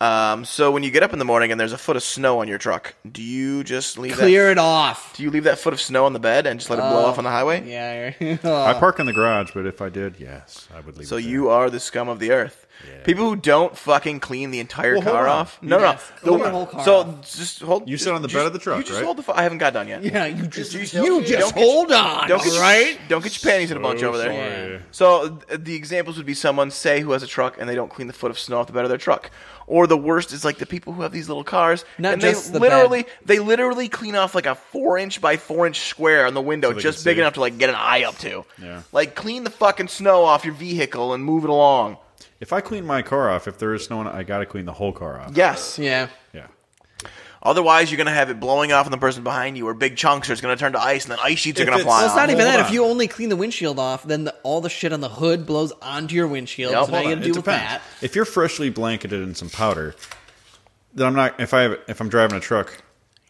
Speaker 2: Um, so when you get up in the morning and there's a foot of snow on your truck, do you just leave
Speaker 3: Clear
Speaker 2: that,
Speaker 3: it off.
Speaker 2: Do you leave that foot of snow on the bed and just let it blow off on the highway?
Speaker 3: Yeah.
Speaker 4: I
Speaker 3: [laughs] Oh.
Speaker 4: park in the garage, but if I did, yes, I would leave.
Speaker 2: So
Speaker 4: it there.
Speaker 2: you are the scum of the earth.
Speaker 4: Yeah.
Speaker 2: People who don't fucking clean the entire
Speaker 4: Well, hold
Speaker 2: car
Speaker 4: on.
Speaker 2: off. No, no,
Speaker 3: Yes.
Speaker 2: no.
Speaker 3: Hold
Speaker 2: The-
Speaker 3: your whole car
Speaker 2: so
Speaker 3: off.
Speaker 2: just hold.
Speaker 4: You sit on the
Speaker 2: just-
Speaker 4: bed of the truck,
Speaker 2: you just
Speaker 4: right?
Speaker 2: Hold the. fu- I haven't got done yet.
Speaker 3: Yeah, you just you just,
Speaker 2: Don't get-
Speaker 3: hold on,
Speaker 2: Don't get your-
Speaker 3: right?
Speaker 2: Don't get your panties in a bunch
Speaker 4: So
Speaker 2: over there.
Speaker 4: sorry. Yeah.
Speaker 2: So th- the examples would be someone say who has a truck and they don't clean the foot of snow off the bed of their truck, or the worst is like the people who have these little cars
Speaker 3: Not
Speaker 2: and
Speaker 3: just
Speaker 2: they
Speaker 3: the
Speaker 2: literally they literally clean off like a four inch by four inch square on the window
Speaker 4: they
Speaker 2: just
Speaker 4: can
Speaker 2: big
Speaker 4: see.
Speaker 2: enough to like get an eye up to.
Speaker 4: Yeah.
Speaker 2: Like clean the fucking snow off your vehicle and move it along.
Speaker 4: If I clean my car off, if there is snow, on it, I gotta clean the whole car off.
Speaker 2: Yes.
Speaker 3: Yeah.
Speaker 4: Yeah.
Speaker 2: Otherwise, you're gonna have it blowing off on the person behind you, or big chunks, or it's gonna turn to ice, and then ice sheets are
Speaker 4: If
Speaker 2: gonna
Speaker 4: it's-
Speaker 2: fly.
Speaker 4: Well,
Speaker 3: Well, it's
Speaker 2: off.
Speaker 3: not even
Speaker 4: Hold
Speaker 3: that.
Speaker 4: on.
Speaker 3: If you only clean the windshield off, then the, all the shit on the hood blows onto your windshield.
Speaker 2: Yep.
Speaker 3: so now you
Speaker 2: Hold
Speaker 3: got
Speaker 2: on.
Speaker 3: to
Speaker 4: It
Speaker 3: deal with
Speaker 4: depends.
Speaker 3: that.
Speaker 4: If you're freshly blanketed in some powder, then I'm not. If I have, if I'm driving a truck,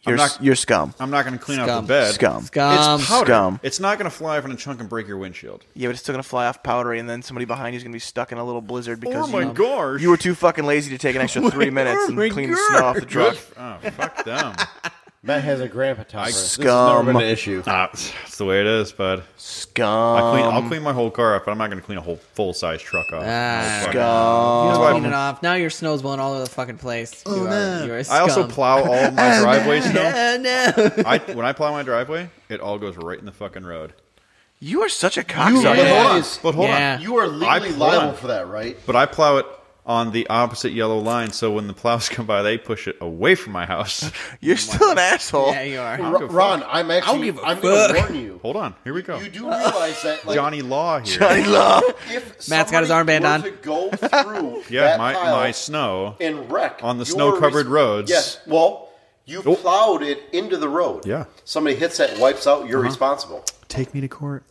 Speaker 2: you're,
Speaker 4: I'm not.
Speaker 2: you're scum.
Speaker 4: I'm not gonna clean off
Speaker 3: Scum.
Speaker 4: the bed.
Speaker 2: Scum.
Speaker 3: Scum.
Speaker 4: It's powder.
Speaker 2: Scum.
Speaker 4: It's not gonna fly off in a chunk and break your windshield.
Speaker 2: Yeah, but it's still gonna fly off powdery, and then somebody behind you's gonna be stuck in a little blizzard because you,
Speaker 4: gosh!
Speaker 2: you were too fucking lazy to take an extra three minutes and
Speaker 3: my
Speaker 2: clean the snow off the truck.
Speaker 4: Oh fuck them! [laughs]
Speaker 5: Matt has a grandpa tower. This has
Speaker 2: Scum.
Speaker 5: never been an issue.
Speaker 4: Ah, it's the way it is, bud.
Speaker 2: Scum.
Speaker 4: I clean, I'll clean my whole car up, but I'm not going to clean a whole full size truck off.
Speaker 3: Ah.
Speaker 4: Fuck.
Speaker 3: You
Speaker 2: Scum.
Speaker 3: don't
Speaker 4: Uh, why I'm-
Speaker 3: clean
Speaker 4: Oh,
Speaker 3: it off. Now your snow's blowing all over the fucking place. You are, you are a
Speaker 4: I also
Speaker 3: scum.
Speaker 4: plow
Speaker 2: [laughs]
Speaker 4: all my
Speaker 3: [laughs]
Speaker 4: driveway snow.
Speaker 3: Oh, no.
Speaker 4: I, when I plow my driveway, it all goes right in the fucking road.
Speaker 2: You are such a
Speaker 5: But
Speaker 2: cocksucker.
Speaker 3: Yeah.
Speaker 5: hold on.
Speaker 4: But hold
Speaker 3: Yeah.
Speaker 4: on.
Speaker 5: You are
Speaker 4: I
Speaker 5: legally
Speaker 4: pulled
Speaker 5: liable
Speaker 4: on.
Speaker 5: for that, right?
Speaker 4: But I plow it on the opposite yellow line, so when the plows [laughs] come by, they push it away from my house. [laughs]
Speaker 2: You're still an
Speaker 4: Oh.
Speaker 2: asshole.
Speaker 3: Yeah, you are.
Speaker 5: Ro-
Speaker 4: give a
Speaker 5: Ron, I'm actually.
Speaker 3: I'll give a
Speaker 5: I'm going to
Speaker 3: fuck.
Speaker 5: warn you.
Speaker 4: Hold on, here we go.
Speaker 5: You do realize that, like,
Speaker 4: Johnny Law here.
Speaker 2: [laughs] I love.
Speaker 5: if
Speaker 3: Matt's got his
Speaker 5: somebody
Speaker 3: armband
Speaker 5: were
Speaker 3: on.
Speaker 5: To
Speaker 4: [laughs]
Speaker 5: go through
Speaker 4: yeah,
Speaker 5: that
Speaker 4: my,
Speaker 5: pile
Speaker 4: my snow.
Speaker 5: and wreck
Speaker 4: on the
Speaker 5: your
Speaker 4: snow-covered
Speaker 5: res-
Speaker 4: roads.
Speaker 5: Yes. Well, you
Speaker 4: Oh.
Speaker 5: plowed it into the road.
Speaker 4: Yeah. Uh-huh.
Speaker 5: Somebody hits that, wipes out. You're responsible.
Speaker 4: Take me to court.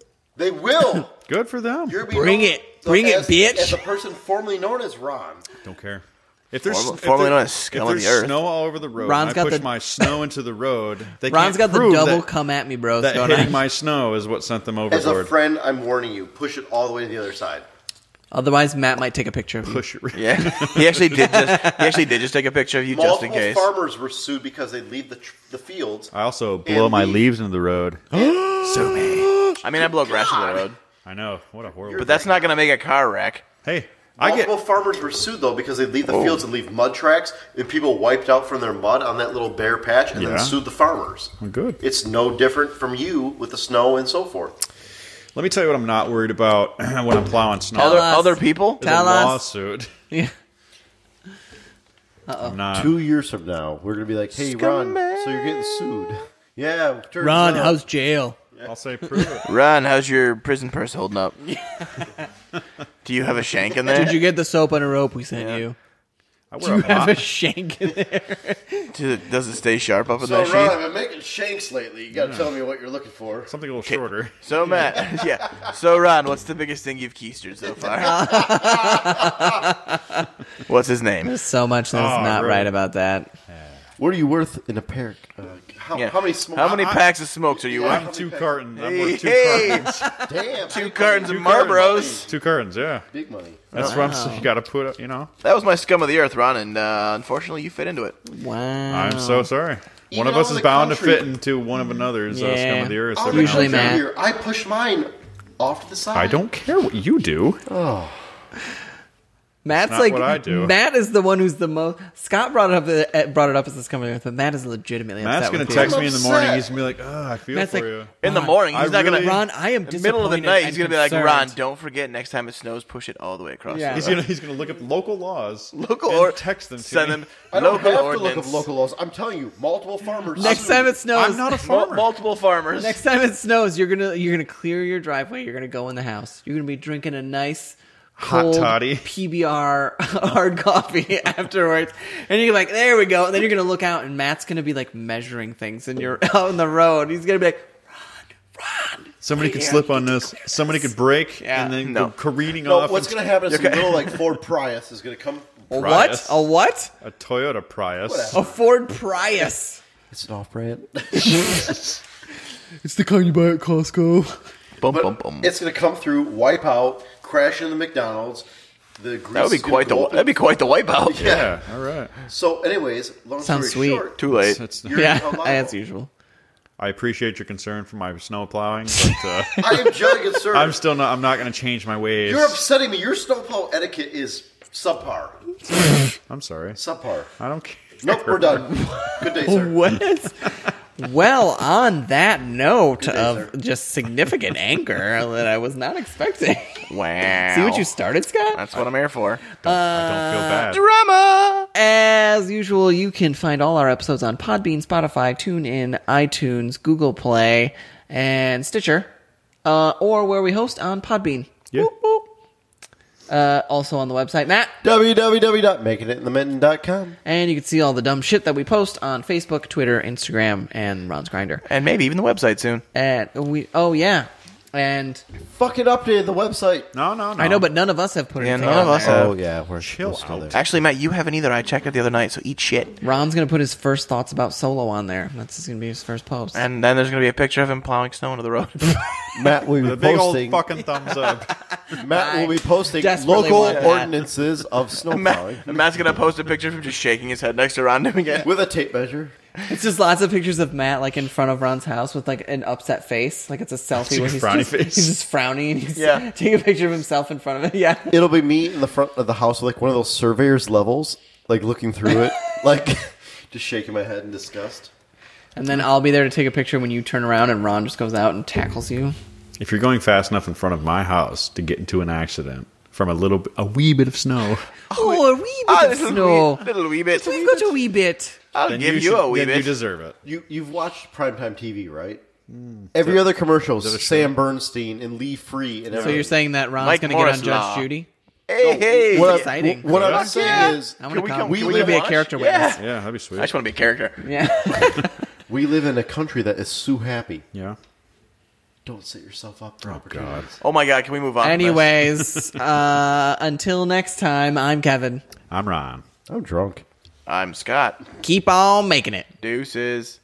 Speaker 4: [laughs]
Speaker 5: They will.
Speaker 4: Good for them.
Speaker 5: You're gonna be
Speaker 3: Bring
Speaker 5: known-
Speaker 3: it. Bring it,
Speaker 5: as-
Speaker 3: bitch.
Speaker 5: As a person formerly known as Ron.
Speaker 4: Don't care. If there's
Speaker 2: Form-
Speaker 4: if
Speaker 2: formerly
Speaker 4: there-
Speaker 2: known as scum
Speaker 4: if
Speaker 2: on
Speaker 4: there's
Speaker 2: the earth.
Speaker 4: snow all over the road, and
Speaker 3: Ron's
Speaker 4: I
Speaker 3: got
Speaker 4: push
Speaker 3: the-
Speaker 4: my snow into the road. They
Speaker 3: Ron's got
Speaker 4: can't
Speaker 3: the
Speaker 4: prove
Speaker 3: double
Speaker 4: that,
Speaker 3: come at me, bro.
Speaker 4: that
Speaker 3: going
Speaker 4: hitting
Speaker 3: on.
Speaker 4: my snow is what sent them
Speaker 5: As a
Speaker 4: overboard.
Speaker 5: friend, I'm warning you. Push it all the way to the other side.
Speaker 3: Otherwise, Matt might take a picture of you.
Speaker 4: Push it.
Speaker 2: Yeah, he actually did. Just, he actually did just take a picture of you just in
Speaker 5: Multiple
Speaker 2: case.
Speaker 5: farmers were sued because they leave the, tr- the fields.
Speaker 4: I also blow my
Speaker 5: leave.
Speaker 4: leaves into the road.
Speaker 2: So me. I mean, I blow grass on the road,
Speaker 4: I know what a horrible.
Speaker 2: but that's not gonna make a car wreck.
Speaker 4: hey, I get Oh.
Speaker 5: Multiple farmers were sued though because they leave the fields and leave mud tracks, and people wiped out from their mud on that little bare patch, and
Speaker 4: Yeah.
Speaker 5: then sued the farmers.
Speaker 4: Well, good.
Speaker 5: It's no different from you with the snow and so forth.
Speaker 4: Let me tell you what I'm not worried about [clears throat] when I'm plowing snow.
Speaker 2: Other
Speaker 3: us.
Speaker 2: other people.
Speaker 4: It's a
Speaker 3: tell us.
Speaker 4: lawsuit.
Speaker 3: Yeah.
Speaker 4: I'm not.
Speaker 5: Two years from now, we're gonna be like, "Hey, Ron, so you're getting sued." [laughs] Yeah, turns
Speaker 3: Ron,
Speaker 5: out.
Speaker 3: how's jail?
Speaker 4: I'll say prove it.
Speaker 2: Ron, how's your prison purse holding
Speaker 3: [laughs]
Speaker 2: up? Do you have a shank in there?
Speaker 3: Did you get the soap on a rope we sent
Speaker 2: Yeah.
Speaker 3: you?
Speaker 4: I I
Speaker 3: Do
Speaker 4: wear
Speaker 3: you
Speaker 4: a
Speaker 3: have
Speaker 4: lot.
Speaker 3: a shank in there?
Speaker 2: Dude, does it stay sharp up in
Speaker 6: So,
Speaker 2: that
Speaker 6: Ron, I've
Speaker 2: sheet?
Speaker 6: been making shanks lately. You got to tell me what you're looking for.
Speaker 4: Something a little shorter.
Speaker 2: So Matt, [laughs] yeah. So Ron, what's the biggest thing you've keistered so
Speaker 3: [laughs]
Speaker 2: far? what's his name?
Speaker 3: There's so much that's
Speaker 4: Oh,
Speaker 3: not
Speaker 4: right.
Speaker 3: right. about that.
Speaker 5: What are you worth in a pair? Uh,
Speaker 6: How,
Speaker 2: Yeah.
Speaker 6: how many small?
Speaker 2: How many packs of smokes are you
Speaker 6: Yeah.
Speaker 2: on?
Speaker 4: I'm two cartons. I'm
Speaker 2: Hey,
Speaker 4: worth two
Speaker 2: hey.
Speaker 4: cartons.
Speaker 6: Damn,
Speaker 2: Two
Speaker 6: big
Speaker 2: cartons of
Speaker 6: money.
Speaker 2: Marlboros.
Speaker 4: Two cartons. Yeah,
Speaker 6: Big money.
Speaker 4: that's what I'm. saying. You got to put up. You know.
Speaker 2: That was my scum of the earth, Ron, and uh, unfortunately you fit into it.
Speaker 3: Wow.
Speaker 4: I'm so sorry.
Speaker 6: Even
Speaker 4: one of
Speaker 6: all
Speaker 4: us
Speaker 6: over
Speaker 4: is
Speaker 6: the
Speaker 4: bound
Speaker 6: country.
Speaker 4: to fit into one of another's uh,
Speaker 3: Yeah.
Speaker 4: scum of the earth.
Speaker 6: All
Speaker 4: every now
Speaker 3: Usually,
Speaker 4: and
Speaker 6: the way
Speaker 4: then.
Speaker 3: Matt.
Speaker 6: here, I push mine off to the side.
Speaker 4: I don't care what you do.
Speaker 3: Matt's
Speaker 4: not
Speaker 3: like
Speaker 4: what I do.
Speaker 3: Matt is the one who's the most. Scott brought it up uh, brought it up as this coming up, but Matt is legitimately
Speaker 4: Matt's
Speaker 3: upset
Speaker 4: gonna
Speaker 3: with you.
Speaker 4: text me in the morning.
Speaker 6: upset.
Speaker 4: He's gonna be like, "Oh, I feel
Speaker 3: Matt's
Speaker 4: for
Speaker 3: like,
Speaker 4: you."
Speaker 2: In the
Speaker 3: Ron,
Speaker 2: morning, he's
Speaker 4: I
Speaker 2: not
Speaker 4: really-
Speaker 2: gonna.
Speaker 3: Ron, I am
Speaker 2: In the middle of the
Speaker 3: disappointed
Speaker 2: night, he's
Speaker 3: and
Speaker 2: gonna be like,
Speaker 3: concerned.
Speaker 2: Ron, don't forget next time it snows, push it all the way across.
Speaker 3: Yeah.
Speaker 2: the
Speaker 4: He's gonna he's gonna look up local laws,
Speaker 2: [laughs] Local
Speaker 4: and
Speaker 2: or
Speaker 4: text them to
Speaker 2: send
Speaker 4: me.
Speaker 2: them
Speaker 6: I don't
Speaker 2: local
Speaker 6: have
Speaker 2: ordinance.
Speaker 6: to look up local laws. I'm telling you, multiple farmers.
Speaker 3: Next time it snows,
Speaker 4: I'm not a
Speaker 2: Mul-
Speaker 4: farmer.
Speaker 2: multiple farmers.
Speaker 3: next time it snows, you're gonna you're gonna clear your driveway. You're gonna go in the house. You're gonna be drinking a nice
Speaker 4: Hot
Speaker 3: cold
Speaker 4: toddy.
Speaker 3: PBR [laughs] hard coffee [laughs] afterwards, and you're like, there we go. And then you're gonna look out, and Matt's gonna be like measuring things, and you're [laughs] out on the road. He's gonna be like,
Speaker 4: Somebody could slip on this. Somebody could break
Speaker 3: Yeah.
Speaker 4: and then
Speaker 2: No.
Speaker 4: go careening
Speaker 6: No,
Speaker 4: off.
Speaker 6: what's
Speaker 4: into
Speaker 6: going to happen is a little like Ford Prius is going to come.
Speaker 2: Oh,
Speaker 3: a what? Oh.
Speaker 4: Prius.
Speaker 3: A what?
Speaker 4: a Toyota Prius?
Speaker 6: Whatever.
Speaker 3: A Ford Prius.
Speaker 5: it's an off-brand.
Speaker 3: It's the kind you buy at Costco.
Speaker 2: Bum,
Speaker 6: But
Speaker 2: bum, bum.
Speaker 6: it's going to come through, wipe out, crash into the McDonald's. The grease
Speaker 2: That would be
Speaker 6: is gonna
Speaker 2: quite the
Speaker 6: go up
Speaker 2: that'd be
Speaker 6: in-
Speaker 2: quite the wipeout.
Speaker 6: [laughs] yeah.
Speaker 4: Yeah. All right.
Speaker 6: So, anyways, long
Speaker 3: Sounds
Speaker 6: story
Speaker 3: sweet.
Speaker 6: short,
Speaker 2: Too
Speaker 3: [laughs]
Speaker 2: late.
Speaker 4: That's-
Speaker 6: You're
Speaker 3: [laughs] Yeah,
Speaker 6: allowable.
Speaker 3: as usual.
Speaker 4: I appreciate your concern for my snow plowing, but uh,
Speaker 6: [laughs]
Speaker 4: [laughs]
Speaker 6: I am judging concerned.
Speaker 4: I'm still not. I'm not going to change my ways.
Speaker 6: You're upsetting me. Your snowplow etiquette is subpar.
Speaker 4: I'm sorry.
Speaker 6: Subpar.
Speaker 4: I don't care.
Speaker 6: Nope, we're
Speaker 2: [laughs]
Speaker 6: done. Good day,
Speaker 2: Oh,
Speaker 6: sir.
Speaker 3: What? [laughs] well, on that note
Speaker 6: day,
Speaker 3: of
Speaker 6: sir.
Speaker 3: just
Speaker 4: [laughs]
Speaker 3: significant anger that I was not expecting.
Speaker 2: Wow.
Speaker 3: See what you started, Scott?
Speaker 2: That's what I'm here for.
Speaker 4: I don't
Speaker 2: Uh,
Speaker 4: feel bad.
Speaker 2: Drama.
Speaker 3: As usual, you can find all our episodes on Podbean, Spotify, TuneIn, iTunes, Google Play, and Stitcher, uh, or where we host on Podbean.
Speaker 4: Yeah.
Speaker 3: Whoop, whoop. Uh, also on the website, Matt.
Speaker 5: www.makingitinthemitten.com.
Speaker 3: And you can see all the dumb shit that we post on Facebook, Twitter, Instagram, and Ron's Grinder.
Speaker 2: And maybe even the website soon.
Speaker 3: And we, oh yeah, and
Speaker 5: Fucking updated the website.
Speaker 4: No, no, no.
Speaker 3: I know, but none of us have put
Speaker 2: Yeah,
Speaker 3: anything.
Speaker 2: none
Speaker 3: on
Speaker 2: of us
Speaker 3: there.
Speaker 2: have.
Speaker 5: Oh yeah, we're
Speaker 4: Chill
Speaker 5: we're still
Speaker 4: out.
Speaker 5: there.
Speaker 2: Actually, Matt, you haven't either. I checked it the other night, so eat shit.
Speaker 3: Ron's gonna put his first thoughts about solo on there. That's gonna be his first post.
Speaker 2: And then there's gonna be a picture of him plowing snow into the [laughs] road.
Speaker 5: Matt will
Speaker 4: the
Speaker 5: be
Speaker 4: big
Speaker 5: posting.
Speaker 4: old fucking thumbs
Speaker 3: [laughs]
Speaker 4: up.
Speaker 5: Matt will be posting
Speaker 3: desperately
Speaker 5: local
Speaker 3: want that. [laughs]
Speaker 5: ordinances of snowplowing
Speaker 2: Matt, Matt's gonna post a picture of him just shaking his head next to Ron doing it.
Speaker 5: with a tape measure.
Speaker 3: It's just lots of pictures of Matt like in front of Ron's house with like an upset face, like it's a selfie
Speaker 4: a
Speaker 3: where he's
Speaker 4: frowny
Speaker 3: just,
Speaker 4: face.
Speaker 3: he's just frowny and he's
Speaker 2: Yeah.
Speaker 3: [laughs] taking a picture of himself in front of it. [laughs] Yeah,
Speaker 5: It'll be me in the front of the house, like one of those surveyors levels, like looking
Speaker 3: [laughs]
Speaker 5: through it, like. [laughs]
Speaker 6: Just shaking my head in disgust.
Speaker 3: and then I'll be there to take a picture when you turn around and Ron just goes out and tackles you.
Speaker 4: If you're going fast enough in front of my house to get into an accident from a little, bit, a wee bit of snow,
Speaker 3: Oh, a wee
Speaker 2: [laughs] Ah,
Speaker 3: bit of
Speaker 2: this is a
Speaker 3: snow.
Speaker 2: wee- little wee bit.
Speaker 3: We've got a wee bit.
Speaker 2: I'll
Speaker 4: then
Speaker 2: give you,
Speaker 4: should-
Speaker 2: a wee
Speaker 4: then
Speaker 2: bit.
Speaker 4: You deserve it.
Speaker 6: You you've watched primetime TV, right?
Speaker 5: Every other commercial,
Speaker 4: that a
Speaker 5: Sam Bernstein and Lee Free, and
Speaker 3: So
Speaker 5: everything.
Speaker 3: you're saying that Ron's
Speaker 2: Mike
Speaker 3: gonna
Speaker 2: Morris
Speaker 3: get on Judge
Speaker 2: law.
Speaker 3: Judy?
Speaker 2: hey, hey.
Speaker 5: what,
Speaker 2: I,
Speaker 3: exciting.
Speaker 5: I, what I'm
Speaker 2: Fuck
Speaker 5: saying
Speaker 2: yeah.
Speaker 5: is,
Speaker 3: I want to
Speaker 2: we
Speaker 3: come.
Speaker 2: come-
Speaker 3: We
Speaker 2: can
Speaker 3: want
Speaker 2: we
Speaker 3: to be a
Speaker 2: watch?
Speaker 3: character
Speaker 2: Yeah. [laughs]
Speaker 3: witness.
Speaker 4: Yeah, that'd be sweet.
Speaker 2: just want to be a character.
Speaker 3: Yeah.
Speaker 5: we live in a country that is so happy.
Speaker 4: yeah.
Speaker 5: Don't set yourself up for opportunities.
Speaker 2: Oh my god, can we move on? from this?
Speaker 3: Anyways, uh, until next time, I'm Kevin.
Speaker 4: I'm Ron.
Speaker 5: I'm drunk.
Speaker 2: I'm Scott.
Speaker 3: Keep on making it.
Speaker 2: Deuces.